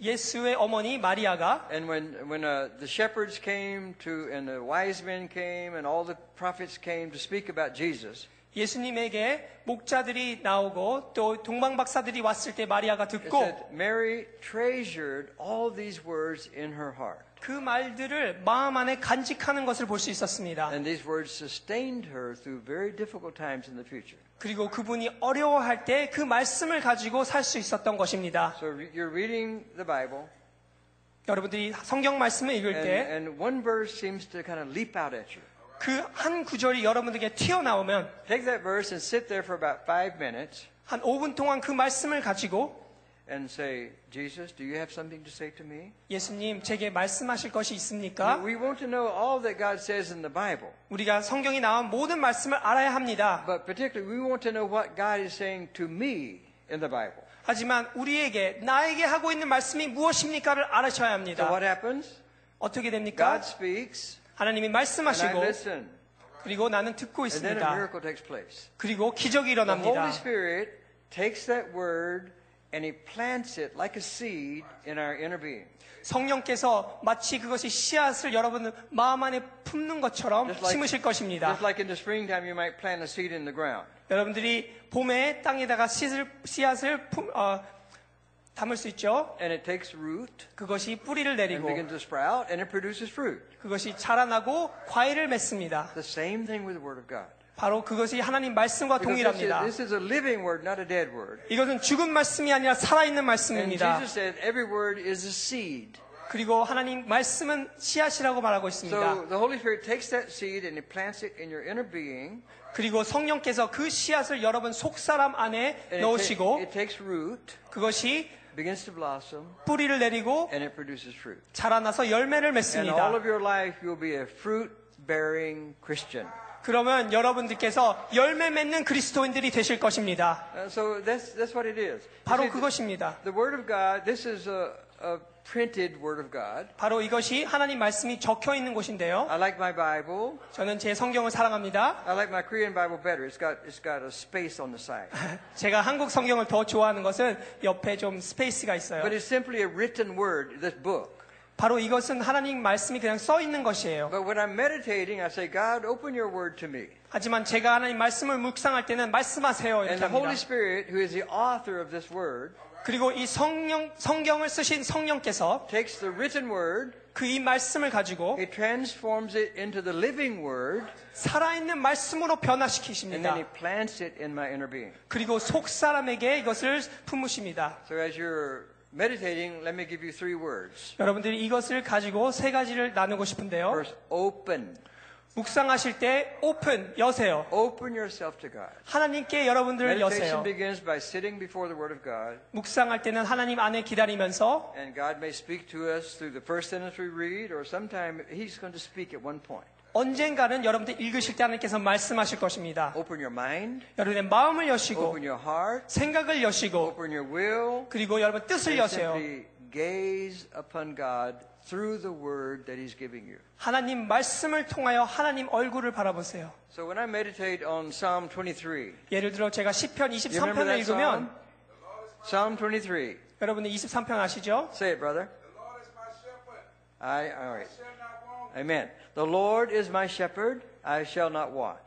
S2: 예수의 어머니 마리아가
S1: and when, when uh, the shepherds came to, and the wise men came, and all the prophets came to speak about Jesus,
S2: 예수님에게 목자들이 나오고 또 동방박사들이 왔을 때 마리아가
S1: it
S2: 듣고
S1: said Mary treasured all these words in her heart.
S2: 그 말들을 마음 안에 간직하는 것을 볼 수 있었습니다.
S1: And these words sustained her through very difficult times in the future.
S2: 그리고 그분이 어려워할 때 그 말씀을 가지고 살 수 있었던 것입니다.
S1: So re- you're reading the Bible,
S2: 여러분들이 성경 말씀을 읽을
S1: And,
S2: 때
S1: and one verse seems to kind of leap out at you.
S2: 그 한 구절이 여러분들에게 튀어나오면
S1: Take that verse and sit there for about five minutes
S2: 한 5분 동안 그 말씀을 가지고
S1: and say, Jesus, do you have something to say to me?
S2: 예수님 제게 말씀하실 것이 있습니까?
S1: We want to know all that God says in the Bible,
S2: 우리가 성경이 나온 모든 말씀을 알아야 합니다.
S1: but particularly we want to know what God is saying to me in the Bible.
S2: 하지만 우리에게 나에게 하고 있는 말씀이 무엇입니까를 알아셔야
S1: So
S2: 합니다.
S1: what happens?
S2: 어떻게 됩니까?
S1: God speaks,
S2: 하나님이
S1: and I
S2: 말씀하시고
S1: listen,
S2: 그리고 나는 듣고
S1: and then a
S2: 있습니다.
S1: miracle takes place.
S2: 그리고 기적이
S1: The
S2: 일어납니다.
S1: Holy Spirit takes that word and He plants it like a seed in our inner being.
S2: 성령께서 마치 그것이 씨앗을 여러분 마음 안에 품는 것처럼
S1: Just like-
S2: 심으실 것입니다.
S1: Just like in the springtime, you might plant a seed in the ground.
S2: 여러분들이 봄에 땅에다가 씨앗을, 씨앗을 품- 어, 담을 수 있죠.
S1: and it takes root
S2: 그것이 뿌리를
S1: and
S2: 내리고
S1: begins to sprout and it produces fruit.
S2: 그것이 자라나고 과일을 맺습니다.
S1: The same thing with the Word of God.
S2: 바로 그것이 하나님 말씀과
S1: Because This is,
S2: 동일합니다.
S1: this is a living word, not a dead word.
S2: 이것은 죽은 말씀이 아니라 살아있는
S1: And
S2: 말씀입니다.
S1: Jesus said every word is a seed.
S2: 그리고 하나님 말씀은 씨앗이라고 말하고
S1: So
S2: 있습니다.
S1: the Holy Spirit takes that seed and he plants it in your inner being.
S2: 그리고 성령께서 그 씨앗을 여러분 속사람 안에
S1: And it, ta-
S2: 넣으시고
S1: it takes root,
S2: 그것이
S1: begins to blossom,
S2: 뿌리를 내리고
S1: and it produces fruit.
S2: 자라나서
S1: And
S2: 열매를
S1: all
S2: 맺습니다.
S1: of your life you'll be a fruit bearing Christian.
S2: 그러면 여러분들께서 열매 맺는 그리스도인들이 되실 것입니다.
S1: Uh, so that's, that's what it is. You
S2: 바로
S1: see,
S2: 그것입니다.
S1: the Word of God, this is a, a printed Word of God.
S2: 바로 이것이 하나님 말씀이 적혀 있는 곳인데요.
S1: I like my Bible.
S2: 저는 제 성경을 사랑합니다.
S1: I like my Korean Bible better. It's got it's got a space on the side.
S2: 제가 한국 성경을 더 좋아하는 것은 옆에 좀 스페이스가 있어요.
S1: But it's simply a written word, this book.
S2: 바로 이것은 하나님 말씀이 그냥 써 있는 것이에요.
S1: But when I'm meditating, I say, God, open your word to me.
S2: 하지만 제가 하나님 말씀을 묵상할 때는 말씀하세요
S1: And
S2: 이렇게
S1: the Holy
S2: 합니다.
S1: Spirit, who is the author of this word,
S2: 그리고 이 성령 성경을 쓰신 성령께서
S1: takes the written word,
S2: 그 이 말씀을 가지고
S1: he transforms it into the living word,
S2: 살아있는 말씀으로
S1: and then he
S2: 변화시키십니다.
S1: plants it in my inner being.
S2: 그리고 속 사람에게 이것을 품으십니다.
S1: So as you're meditating, let me give you three words.
S2: 여러분들이 이것을 가지고 세 가지를 나누고 싶은데요.
S1: First, open.
S2: 묵상하실 때 오픈 여세요.
S1: Open yourself to God.
S2: 하나님께 여러분들을
S1: Meditation
S2: 여세요.
S1: begins by sitting before the Word of God.
S2: 묵상할 때는 하나님 안에 기다리면서
S1: And God may speak to us through the first sentence we read, or sometime He's going to speak at one point.
S2: 언젠가는 여러분들 읽으실 때 하나님께서 말씀하실 것입니다.
S1: Open your mind,
S2: 여러분의 마음을 여시고
S1: open your heart,
S2: 생각을 여시고
S1: open your will,
S2: 그리고 여러분 뜻을
S1: and
S2: 여세요.
S1: simply gaze upon God through the Word that He's giving you.
S2: 하나님 말씀을 통하여 하나님 얼굴을 바라보세요.
S1: So when I meditate on Psalm 23,
S2: 예를 들어 제가 10편
S1: you remember
S2: 23편을
S1: that psalm?
S2: 읽으면
S1: Psalm 23.
S2: 여러분은 23편 아시죠?
S1: Say it, brother.
S3: The Lord is my shepherd,
S1: I all right.
S3: I shall not want.
S1: Amen. The Lord is my shepherd; I shall not want.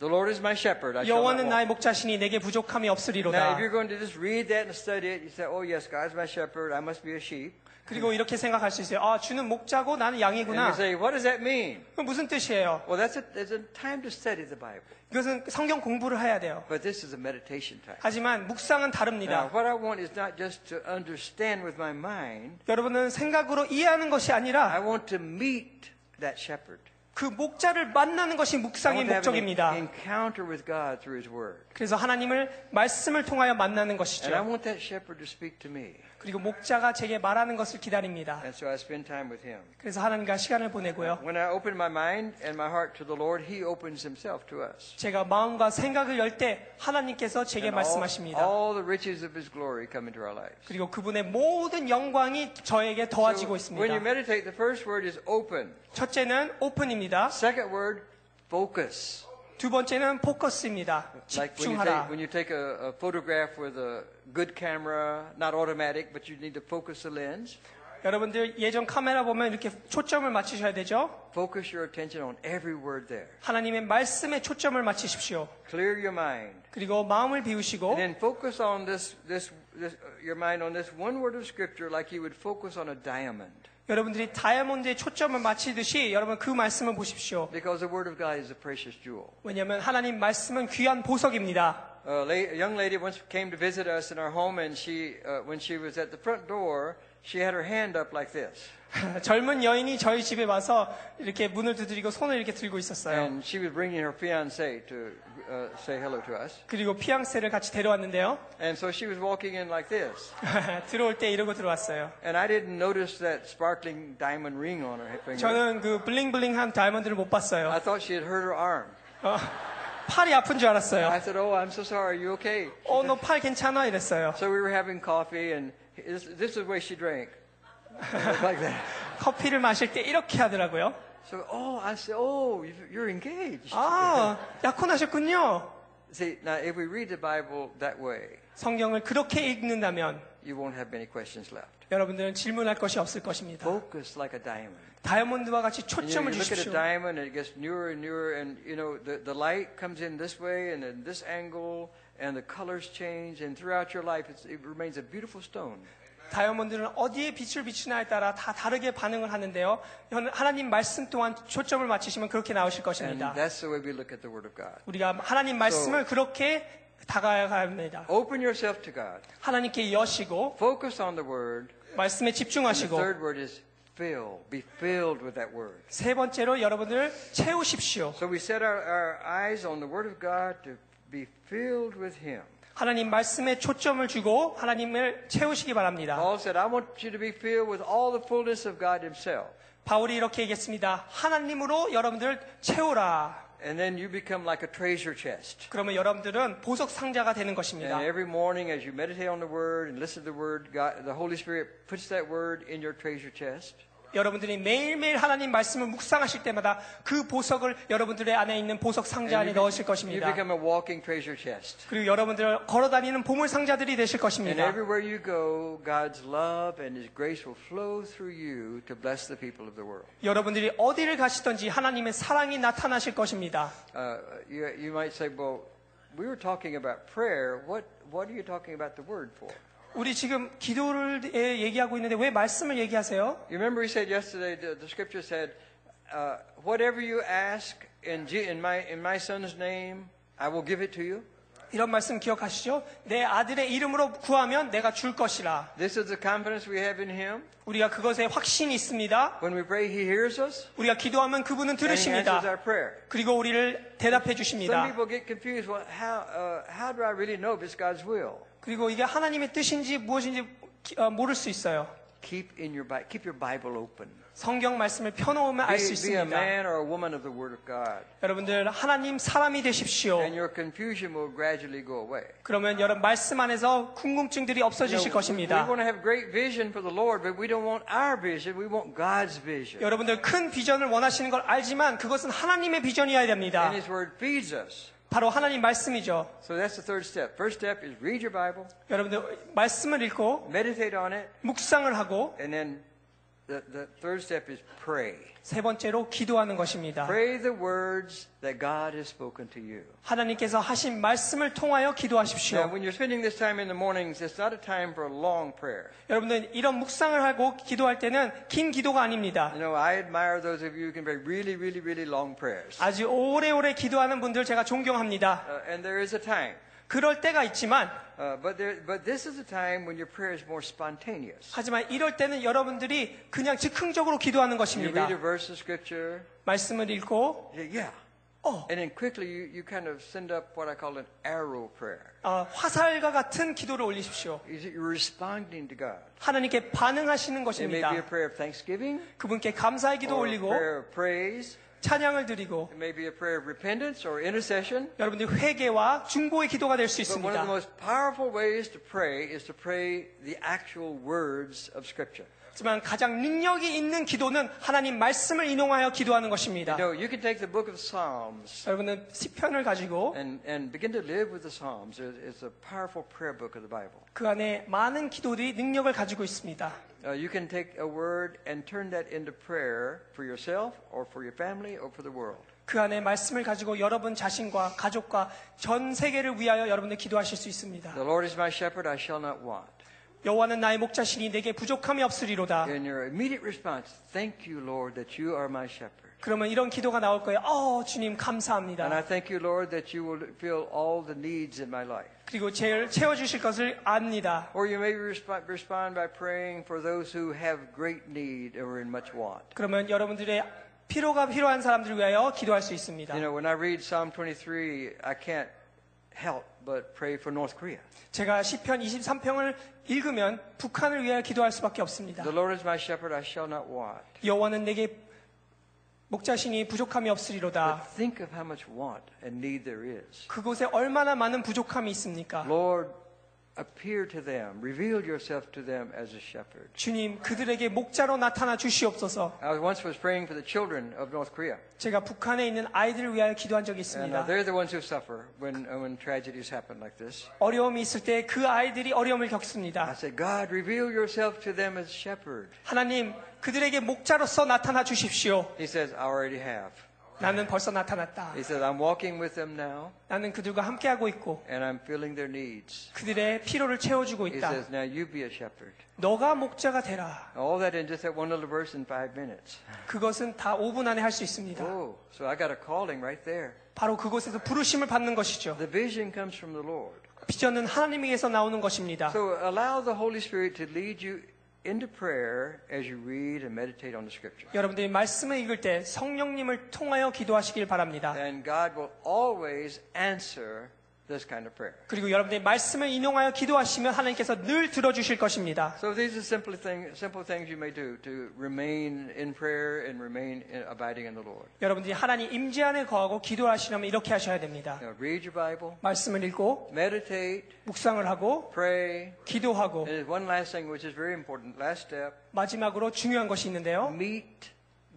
S1: The Lord is my shepherd; I shall not
S2: 여호와는
S1: want.
S2: 나의 목자시니 내게 부족함이
S1: Now,
S2: 없으리로다.
S1: if you're going to just read that and study it, you say, "Oh yes, God's my shepherd. I must be a sheep."
S2: 그리고 이렇게 생각할 수 있어요. 아, 주는 목자고 나는
S1: And you
S2: 양이구나.
S1: say, "What does that mean?"
S2: 그건 무슨 뜻이에요?
S1: Well, that's a, it's a time to study the Bible,
S2: 이것은 성경 공부를 해야 돼요.
S1: but this is a meditation time.
S2: 하지만 묵상은
S1: Now,
S2: 다릅니다.
S1: what I want is not just to understand with my mind;
S2: 여러분은 생각으로 이해하는 것이
S1: I
S2: 아니라
S1: want to meet that shepherd.
S2: 그 목자를 만나는 것이
S1: I
S2: 묵상의
S1: want to have an
S2: 목적입니다.
S1: encounter with God through His Word,
S2: 그래서 하나님을 말씀을 통하여
S1: and
S2: 만나는
S1: I
S2: 것이죠.
S1: want that shepherd to speak to me,
S2: 그리고 목자가 제게 말하는 것을 기다립니다.
S1: and so I spend time with Him. Uh,
S2: 그래서 하나님과 시간을 보내고요.
S1: When I open my mind and my heart to the Lord, He opens Himself to us.
S2: 제가 마음과 생각을 열 때 하나님께서 제게
S1: And all,
S2: 말씀하십니다.
S1: all the riches of His glory come into our lives.
S2: 그리고 그분의 모든 영광이 저에게 더해지고
S1: So, when you
S2: 있습니다.
S1: meditate, the first word is open.
S2: 첫째는 오픈입니다.
S1: Second word, focus.
S2: 두 번째는 포커스입니다.
S1: Like when you take,
S2: 집중하라.
S1: when you take a, a photograph with a good camera, not automatic, but you need to focus the lens.
S2: 여러분들 예전 카메라 보면 이렇게 초점을 맞추셔야 되죠.
S1: Focus your attention on every word there.
S2: 하나님의 말씀에 초점을 맞추십시오.
S1: Clear your mind.
S2: 그리고 마음을
S1: And
S2: 비우시고
S1: then focus uh, on this, this, this, your mind on this one word of scripture like you would focus on a diamond.
S2: 여러분들이 다이아몬드에 초점을 맞추듯이 여러분 그 말씀을 보십시오.
S1: because the Word of God is a precious jewel.
S2: 왜냐하면 하나님 말씀은 귀한 보석입니다.
S1: A, la- a young lady once came to visit us in our home, and she, uh, when she was at the front door, she had her hand up like this,
S2: 젊은 여인이 저희 집에 와서 이렇게 문을 두드리고 손을 이렇게 들고 있었어요.
S1: and she was bringing her fiance to uh, say hello to us.
S2: 그리고 피앙세를 같이 데려왔는데요.
S1: And so she was walking in like this,
S2: 들어올 때 이러고 들어왔어요.
S1: and I didn't notice that sparkling diamond ring on her finger.
S2: 저는 그 블링블링한 다이아몬드를 못 봤어요.
S1: I thought she had hurt her arm.
S2: 어, 팔이 아픈 줄 알았어요.
S1: I said, "Oh, I'm so sorry. Are you okay?"
S2: 어, 너 팔 괜찮아? 이랬어요.
S1: So we were having coffee, and this, this is the way she drank, like that.
S2: 커피를 마실 때 이렇게 하더라고요.
S1: So, oh, I said, "Oh, you- you're engaged."
S2: Ah. 아, 약혼하셨군요.
S1: See, now if we read the Bible that way,
S2: 성경을 그렇게 읽는다면
S1: you won't have many questions left.
S2: 여러분들은 질문할 것이 없을 것입니다.
S1: Focus like a diamond.
S2: 다이아몬드와 같이
S1: And, you, know,
S2: 초점을
S1: you look at a
S2: 주십시오.
S1: diamond and it gets newer and newer, and you know the, the light comes in this way and in this angle, and the colors change, and throughout your life it's, it remains a beautiful stone.
S2: 다이아몬드는 어디에 빛을 비추나에 따라 다 다르게 반응을 하는데요. 하나님 말씀 또한 초점을 맞추시면 그렇게 나오실
S1: And
S2: 것입니다.
S1: that's the way we look at the Word of God.
S2: 우리가 하나님 말씀을 그렇게 다가가야 합니다.
S1: Open yourself to God.
S2: 하나님께 여시고
S1: Focus on the Word.
S2: 말씀에
S1: And the
S2: 집중하시고
S1: third word is fill. Be filled with that word.
S2: 세 번째로 여러분을 채우십시오.
S1: So we set our, our eyes on the Word of God to be filled with Him.
S2: 하나님 말씀에 초점을 주고 하나님을 채우시기 바랍니다.
S1: Paul said, I want you to be filled with all the fullness of God Himself.
S2: 바울이 이렇게 얘기했습니다. 하나님으로 여러분들 채우라.
S1: And then you become like a treasure chest.
S2: 그러면 여러분들은 보석 상자가 되는 것입니다.
S1: And every morning, as you meditate on the Word and listen to the Word, God, the Holy Spirit puts that Word in your treasure chest.
S2: 여러분들이 매일매일 하나님 말씀을 묵상하실 때마다 그 보석을 여러분들의 안에 있는 보석 상자 안에
S1: And
S2: 넣으실
S1: you
S2: 것입니다.
S1: become a walking treasure chest.
S2: 그리고 여러분들 걸어다니는 보물 상자들이 되실
S1: And
S2: 것입니다.
S1: everywhere you go, God's love and His grace will flow through you to bless the people of the world.
S2: 여러분들이 어디를 가시든지 하나님의 사랑이 나타나실 것입니다.
S1: Uh, you, you might say, well, we were talking about prayer. What, what are you talking about the word for?
S2: 우리 지금 기도를 예, 얘기하고 있는데 왜 말씀을 얘기하세요?
S1: You remember we said yesterday, the, the scripture said, uh, whatever you ask in, Je- in, my, in my son's name, I will give it to you.
S2: 이런 말씀 기억하시죠? 내 아들의 이름으로 구하면 내가 줄 것이라.
S1: This is the confidence we have in him.
S2: 우리가 그것에 확신이 있습니다.
S1: When we pray, he hears us
S2: 우리가 기도하면 그분은
S1: and he answers
S2: 들으십니다.
S1: our prayer.
S2: 그리고 우리를 대답해
S1: Some
S2: 주십니다.
S1: people get confused. Well, how, uh, how do I really know if it's God's will?
S2: 그리고 이게 하나님의 뜻인지 무엇인지 기- 어, 모를 수 있어요.
S1: Keep, in your, Bi- keep your Bible open.
S2: 성경 말씀을 펴놓으면 알 수
S1: Be, be a
S2: 있습니다.
S1: man or a woman of the Word of God,
S2: 여러분들 하나님 사람이 되십시오.
S1: and your confusion will gradually go away.
S2: 그러면 여러분 말씀 안에서 궁금증들이 없어지실
S1: No, we- We
S2: 것입니다.
S1: want to have great vision for the Lord, but we don't want our vision. We want God's vision.
S2: 여러분들 큰 비전을 원하시는 걸 알지만 그것은 하나님의 비전이어야 됩니다.
S1: And His Word feeds us.
S2: 바로 하나님 말씀이죠.
S1: So that's the third step. First step is read your Bible,
S2: 여러분들 말씀을 읽고
S1: meditate on it,
S2: 묵상을 하고
S1: and then the, the third step is pray.
S2: 세 번째로 기도하는 것입니다.
S1: Pray the words that God has spoken to you.
S2: 하나님께서 하신 말씀을 통하여
S1: Now,
S2: 기도하십시오.
S1: when you're spending this time in the mornings, it's not a time for a long prayer.
S2: 여러분들 이런 묵상을 하고 기도할 때는 긴 기도가 아닙니다.
S1: You know, I admire those of you who can pray really, really, really long prayers.
S2: 아주 오래오래 기도하는 분들 제가 존경합니다.
S1: Uh, and there is a time.
S2: 그럴 때가 있지만
S1: Uh, but, there, but this is a time when your prayer is more spontaneous.
S2: 하지만 이럴 때는 여러분들이 그냥 즉흥적으로 기도하는
S1: You
S2: 것입니다.
S1: read a verse of scripture,
S2: 말씀을 읽고
S1: you say, yeah.
S2: Oh.
S1: And then quickly you, you kind of send up what I call an arrow prayer.
S2: 아, 화살과 같은 기도를 올리십시오.
S1: You see, You're responding to God.
S2: 하나님께 반응하시는
S1: It may
S2: 것입니다.
S1: be a prayer of thanksgiving,
S2: 그분께 감사의 기도
S1: or a
S2: 올리고
S1: prayer of praise.
S2: 찬양을 드리고
S1: It may be a prayer of repentance or intercession.
S2: 여러분들 회개와 중보의 기도가 될 수
S1: But one of the
S2: 있습니다.
S1: most powerful ways to pray is to pray the actual words of Scripture.
S2: 하지만 가장 능력이 있는 기도는 하나님 말씀을 인용하여 기도하는 것입니다.
S1: You know, you can take the book of Psalms
S2: 여러분은 시편을 가지고
S1: and, and begin to live with the Psalms. It- It's a powerful prayer book of the Bible.
S2: 그 안에 많은 기도들이 능력을 가지고 있습니다.
S1: Uh, you can take a word and turn that into prayer for yourself or for your family or for the world.
S2: 그 안에 말씀을 가지고 여러분 자신과 가족과 전 세계를 위하여 여러분들 기도하실 수 있습니다.
S1: The Lord is my shepherd, I shall not want.
S2: 여호와는 나의 목자시니 내게 부족함이 없으리로다.
S1: And your immediate response, thank you, Lord, that you are my shepherd.
S2: 그러면 이런 기도가 나올 거예요. 어, 주님
S1: And I
S2: 감사합니다.
S1: thank you, Lord, that you will fill all the needs in my life.
S2: 그리고 제일 채워 주실 것을 압니다.
S1: Or you may resp- respond by praying for those who have great need or in much want.
S2: 그러면 여러분들의 피로가 필요한 사람들을 위하여 기도할 수 있습니다.
S1: You know, when I read Psalm 23, I can't help but pray for North Korea.
S2: 제가 시편 23평을 읽으면 북한을 위하여 기도할 수밖에 없습니다.
S1: The Lord is my shepherd, I shall not want.
S2: 여호와는 내게 목자시니 부족함이
S1: But
S2: 없으리로다.
S1: think of how much want and need there is.
S2: 그곳에 얼마나 많은 부족함이 있습니까?
S1: Lord, appear to them, reveal yourself to them as a shepherd.
S2: 주님, 그들에게 목자로 nathana 주시옵소서.
S1: I once was praying for the children of North Korea.
S2: 제가 북한에 있는 아이들을 위하여 기도한 적이
S1: And uh,
S2: 있습니다.
S1: they're the ones who suffer when, uh, when tragedies happen like this.
S2: 어려움이 있을 때 그 아이들이 어려움을
S1: I
S2: 겪습니다.
S1: said, God, reveal yourself to them as shepherd.
S2: 하나님, 그들에게 목자로서 나타나 주십시오.
S1: He says, I already have.
S2: 나는 벌써 나타났다.
S1: He says, I'm walking with them now,
S2: 나는 그들과 함께하고 있고
S1: and I'm filling their needs.
S2: 그들의 피로를 채워주고
S1: He
S2: 있다.
S1: says, now you be a shepherd.
S2: 너가 목자가 되라.
S1: All that in just that one little verse in five minutes.
S2: 그것은 다 5분 안에 할 수 있습니다.
S1: Oh, so I got a calling right there.
S2: 바로 그곳에서 부르심을 받는 것이죠.
S1: The vision comes from the Lord.
S2: 비전은 하나님에게서 나오는 것입니다.
S1: So allow the Holy Spirit to lead you into prayer as you read and meditate on the Scripture.
S2: 여러분들이 말씀을 읽을 때 성령님을 통하여 기도하시길 바랍니다.
S1: And God will always answer this kind of prayer.
S2: 그리고 여러분들이 말씀을 인용하여 기도하시면 하나님께서 늘 들어주실 것입니다.
S1: So these are simple things, simple things you may do to remain in prayer and remain in, abiding in the Lord.
S2: 여러분들이 하나님 임재 안에 거하고 기도하시려면 이렇게 하셔야 됩니다.
S1: You know, read your Bible,
S2: 말씀을 읽고
S1: meditate,
S2: 묵상을 하고
S1: pray.
S2: 기도하고
S1: And there's one last thing which is very important. Last step:
S2: 마지막으로 중요한 것이 있는데요.
S1: meet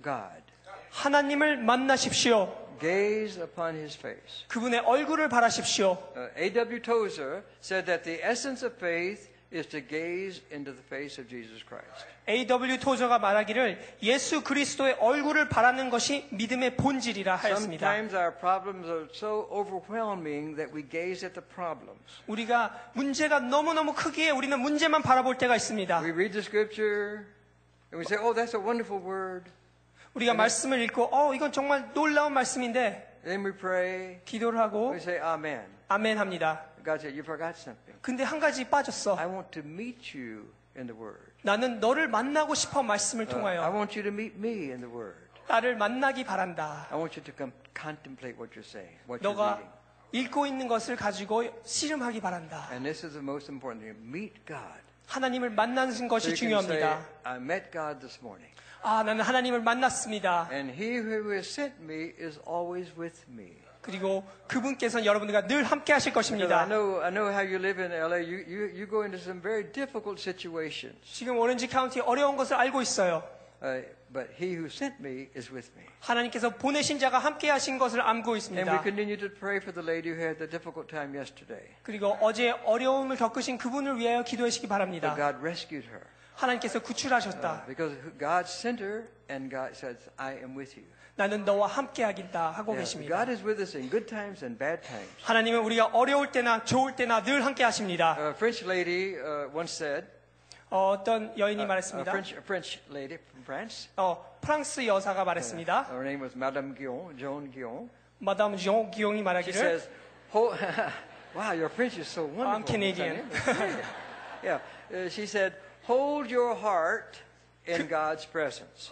S1: God.
S2: 하나님을 만나십시오.
S1: Gaze upon His face.
S2: 그분의 얼굴을 바라십시오.
S1: Uh, A.W. Tozer said that the essence of faith is to gaze into the face of Jesus Christ.
S2: A.W. 토저가 말하기를 예수 그리스도의 얼굴을 바라는 것이 믿음의 본질이라 하였습니다.
S1: Sometimes our problems are so overwhelming that we gaze at the problems.
S2: 우리가 문제가 너무너무 크기에 우리는 문제만 바라볼 때가 있습니다.
S1: We read the scripture and we say, oh, that's a wonderful word.
S2: 우리가 말씀을 읽고 어 이건 정말 놀라운 말씀인데
S1: Then we pray.
S2: 기도를 하고
S1: We say, Amen.
S2: 아멘 합니다.
S1: God said, You forgot something.
S2: 근데 한 가지 빠졌어.
S1: I want to meet you in the Word.
S2: 나는 너를 만나고 싶어 말씀을
S1: Uh, I
S2: 통하여
S1: want you to meet me in the Word.
S2: 나를 만나기 바란다.
S1: I want you to com- contemplate what you're saying, what you're
S2: 너가
S1: reading.
S2: 읽고 있는 것을 가지고 씨름하기 바란다.
S1: And this is the most important thing meet God.
S2: 하나님을 만나는
S1: So
S2: 것이
S1: you can say,
S2: 중요합니다.
S1: I met God this morning.
S2: 아, 나는 하나님을 만났습니다.
S1: And he who has sent me is always with me.
S2: 그리고 그분께서는 여러분들과 늘 함께 하실
S1: You know, I
S2: 것입니다.
S1: know, I know how you live in LA. You, you, you go into some very difficult situations.
S2: 지금 오렌지 카운티 어려운 것을 알고 있어요.
S1: Uh, but he who sent me is with me.
S2: 하나님께서 보내신 자가 함께 하신 것을 암고
S1: And we
S2: 있습니다.
S1: continue to pray for the lady who had the difficult time yesterday.
S2: 그리고 어제 어려움을 겪으신 그분을 위하여 기도하시기
S1: But
S2: 바랍니다.
S1: God rescued her
S2: 하나님께서 구출하셨다.
S1: because God sent her and God says, I am with you.
S2: 나는 너와 함께 하겠다 하고
S1: Yeah,
S2: 계십니다.
S1: God is with us in good times and bad times.
S2: 하나님은 우리가 어려울 때나 좋을 때나 늘 함께 하십니다.
S1: A French lady uh, once said,
S2: 어, 어떤 여인이
S1: a Uh,
S2: 말했습니다.
S1: French, a French lady from France,
S2: 어, 프랑스 여사가 말했습니다.
S1: her name was Madame Guillon, Joan Guillon.
S2: 마담 용 기용이
S1: Uh, She
S2: 말하기를
S1: says, oh, wow, your French is so wonderful.
S2: Canadian.
S1: yeah, Uh, she said, hold your heart in God's presence.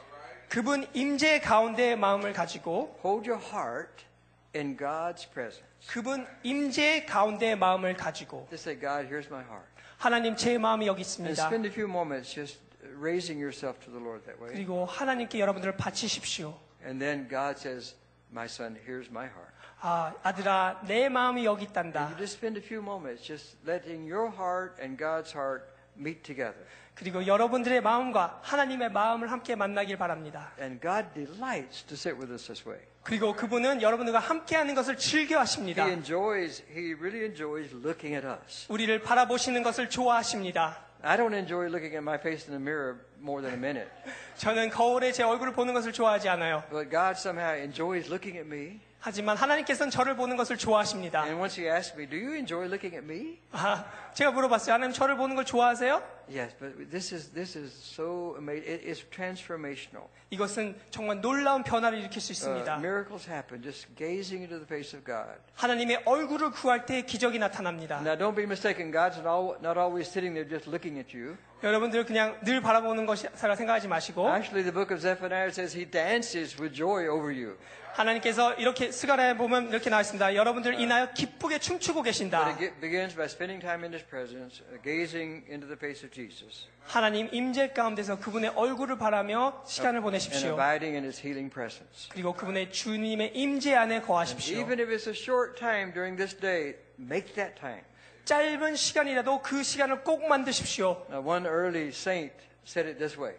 S2: 그분 임재 가운데 마음을 가지고
S1: Hold your heart in God's presence.
S2: 그분 임재 가운데 마음을 가지고
S1: Just say, God, here's my heart.
S2: 하나님 제 마음이 여기
S1: And
S2: 있습니다.
S1: spend a few moments just raising yourself to the Lord that way.
S2: 그리고 하나님께 여러분들을 바치십시오.
S1: And then God says, My son, here's my heart.
S2: 아, 아들아, 내 마음이 여기
S1: You
S2: 있단다.
S1: just spend a few moments just letting your heart and God's heart meet together.
S2: 그리고 여러분들의 마음과 하나님의 마음을 함께 만나길 바랍니다.
S1: And God delights to sit with us this way.
S2: 그리고 그분은 여러분들과 함께하는 것을
S1: He
S2: 즐겨하십니다.
S1: enjoys, He really enjoys looking at us.
S2: 우리를 바라보시는 것을 좋아하십니다.
S1: I don't enjoy looking at my face in the mirror more than a minute.
S2: 저는 거울에 제 얼굴을 보는 것을 좋아하지 않아요.
S1: But God somehow enjoys looking at me.
S2: 하지만 하나님께서는 저를 보는 것을 좋아하십니다.
S1: And once He asked me, Do you enjoy looking at me?
S2: 아, 제가 물어봤어요. 하나님 저를 보는 걸 좋아하세요?
S1: Yes, but this is, this is so amazing. It is transformational.
S2: 이것은 정말 놀라운 변화를 일으킬
S1: Uh,
S2: 수 있습니다.
S1: miracles happen just gazing into the face of God.
S2: 하나님의 얼굴을 구할 때 기적이 나타납니다.
S1: Now, don't be mistaken. God's not, al- not always sitting there just looking at you.
S2: 여러분들 그냥 늘 바라보는 것이라 생각하지 마시고
S1: Actually, the book of Zephaniah says He dances with joy over you.
S2: 하나님께서 이렇게 스가랴에 보면 이렇게 나와 있습니다. 여러분들 인하여 기쁘게 춤추고
S1: But
S2: 계신다.
S1: it ge- begins by spending time in His presence, uh, gazing into the face of Jesus,
S2: 하나님 임재 가운데서 그분의 얼굴을 바라며
S1: 어,
S2: 시간을
S1: and
S2: 보내십시오.
S1: abiding in His healing presence.
S2: 그리고 그분의 주님의 임재 안에 거하십시오.
S1: 네, Even if it's a short time during this day, make that time.
S2: 짧은 시간이라도 그 시간을 꼭 만드십시오.
S1: Now, one early saint said it this way.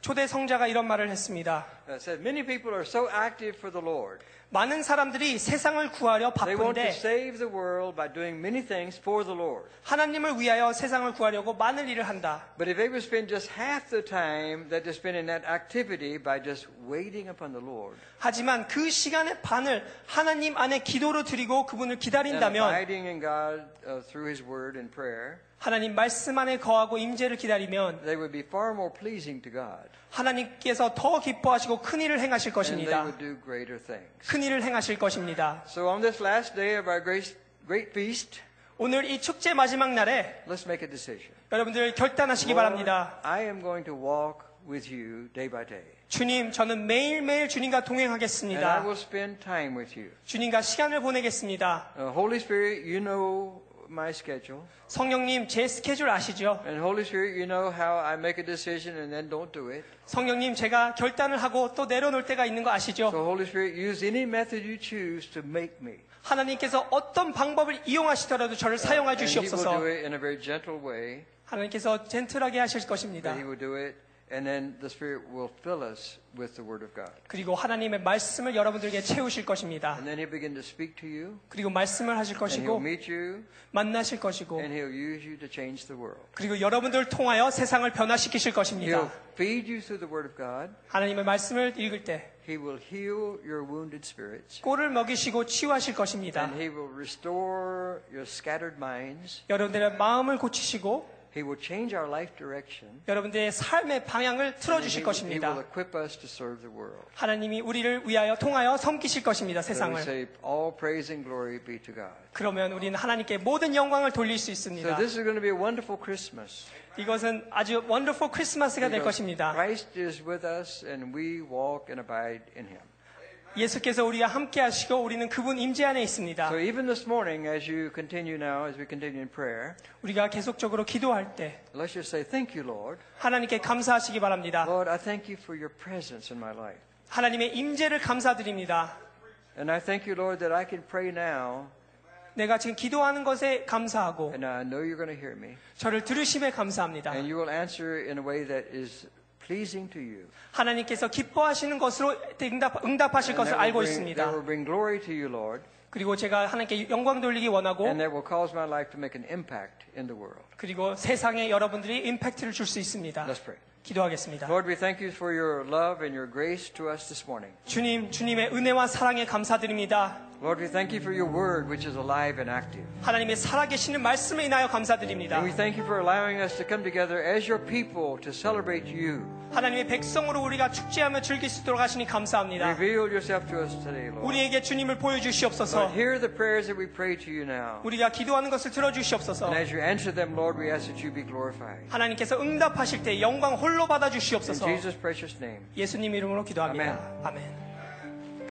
S2: 초대 성자가 이런 말을 했습니다.
S1: Uh, said many people are so active for the Lord.
S2: 많은 사람들이 세상을 구하려
S1: They want to
S2: 바쁜데
S1: save the world by doing many things for the Lord.
S2: 하나님을 위하여 세상을 구하려고 많은 일을 한다.
S1: But if they would spend just half the time that they spend in that activity by just waiting upon the Lord
S2: 하지만 그 시간의 반을 하나님 안에 기도로 드리고 그분을
S1: and
S2: 기다린다면
S1: abiding in God uh, through His Word and prayer,
S2: 하나님 말씀 안에 거하고 임재를 기다리면
S1: they would be far more pleasing to God
S2: 하나님께서 더 기뻐하시고 큰 일을
S1: and
S2: 행하실
S1: they
S2: 것입니다.
S1: would do greater things.
S2: 큰 일을 행하실 것입니다.
S1: So on this last day of our great, great feast,
S2: 오늘 이 축제 마지막 날에
S1: let's make a decision.
S2: 여러분들 결단하시기
S1: Lord,
S2: 바랍니다.
S1: I am going to walk with you day by day.
S2: 주님, 저는 매일매일 주님과
S1: And I
S2: 동행하겠습니다.
S1: will spend time with you.
S2: 주님과 시간을 보내겠습니다.
S1: Uh, Holy Spirit, you know my schedule.
S2: 성령님, 제 스케줄 아시죠?
S1: And Holy Spirit, you know how I make a decision and then don't do it.
S2: 성령님, 제가 결단을 하고 또 내려놓을 때가 있는 거 아시죠?
S1: So, Holy Spirit, use any method you choose to make me.
S2: 하나님께서 어떤 방법을 이용하시더라도 저를 사용해
S1: And He will
S2: 주시옵소서.
S1: do it in a very gentle way,
S2: 하나님께서 젠틀하게 하실 것입니다.
S1: but He will do it, and then the Spirit will fill us with the Word of God.
S2: 그리고 하나님의 말씀을 여러분들에게 채우실 것입니다.
S1: And then He'll begin to speak to you,
S2: 그리고 말씀을 하실
S1: and He'll
S2: 것이고
S1: meet you,
S2: 만나실 것이고
S1: and He'll use you to change the world.
S2: 그리고 여러분들을 통하여 세상을 변화시키실
S1: He'll
S2: 것입니다.
S1: feed you through the Word of God.
S2: 하나님의 말씀을 읽을 때
S1: He will heal your wounded spirits,
S2: 꼴을 먹이시고 치유하실 것입니다.
S1: and He will restore your scattered minds.
S2: 여러분들의 마음을 고치시고
S1: He will change our life direction.
S2: 여러분들의 삶의 방향을
S1: and He
S2: 틀어주실
S1: will, he will
S2: 것입니다.
S1: equip us to serve the world.
S2: 하나님이 우리를 위하여 통하여 섬기실 것입니다.
S1: So we
S2: 세상을.
S1: say, all praise and glory be to God.
S2: 그러면 우리는 하나님께 모든 영광을 돌릴 수
S1: So
S2: 있습니다.
S1: this is going to be a wonderful Christmas.
S2: 이것은 아주 원더풀 크리스마스가 될
S1: because
S2: 것입니다.
S1: Christ is with us and we walk and abide in him.
S2: 예수께서 우리와 함께 하시고 우리는 그분 임재 안에 있습니다.
S1: So even this morning as you continue now as we continue in prayer,
S2: 우리가 계속적으로 gido할 때
S1: let's just say thank you Lord.
S2: 하나님께 감사하시기 바랍니다.
S1: Lord, I thank you for your presence in my life.
S2: 하나님의 임재를 감사드립니다.
S1: And I thank you Lord that I can pray now
S2: 내가 지금 기도하는 것에 감사하고
S1: and I know you're going to hear me
S2: 저를 들으심에 감사합니다.
S1: and you will answer in a way that is pleasing to you.
S2: 하나님께서 기뻐하시는 것으로 응답, 응답하실
S1: And
S2: 것을
S1: that
S2: 알고
S1: will bring, that will
S2: 있습니다.
S1: bring glory to you Lord
S2: 그리고 제가 하나님께 영광 돌리기 원하고
S1: and that will cause my life to make an impact in the world.
S2: 그리고 세상에 여러분들이 임팩트를 줄 수 있습니다.
S1: Let's pray.
S2: 기도하겠습니다.
S1: Lord, we thank you for your love and your grace to us this morning.
S2: 주님, 주님의 은혜와 사랑에 감사드립니다.
S1: Lord, we thank you for your word, which is alive and active.
S2: 하나님의 살아계시는 말씀에 인하여 감사드립니다.
S1: And we thank you for allowing us to come together as your people to celebrate you.
S2: 하나님의 백성으로 우리가 축제하며 즐길 수 있도록 하시니 감사합니다.
S1: Reveal yourself to us today, Lord.
S2: 우리에게 주님을
S1: Lord,
S2: 보여주시옵소서.
S1: hear the prayers that we pray to you now.
S2: 우리가 기도하는 것을 들어주시옵소서.
S1: And as you answer them, Lord, we ask that you be glorified.
S2: 하나님께서 응답하실 때 영광 홀로
S1: In
S2: 받아주시옵소서.
S1: Jesus' precious name.
S2: 예수님 이름으로 기도합니다. 아멘.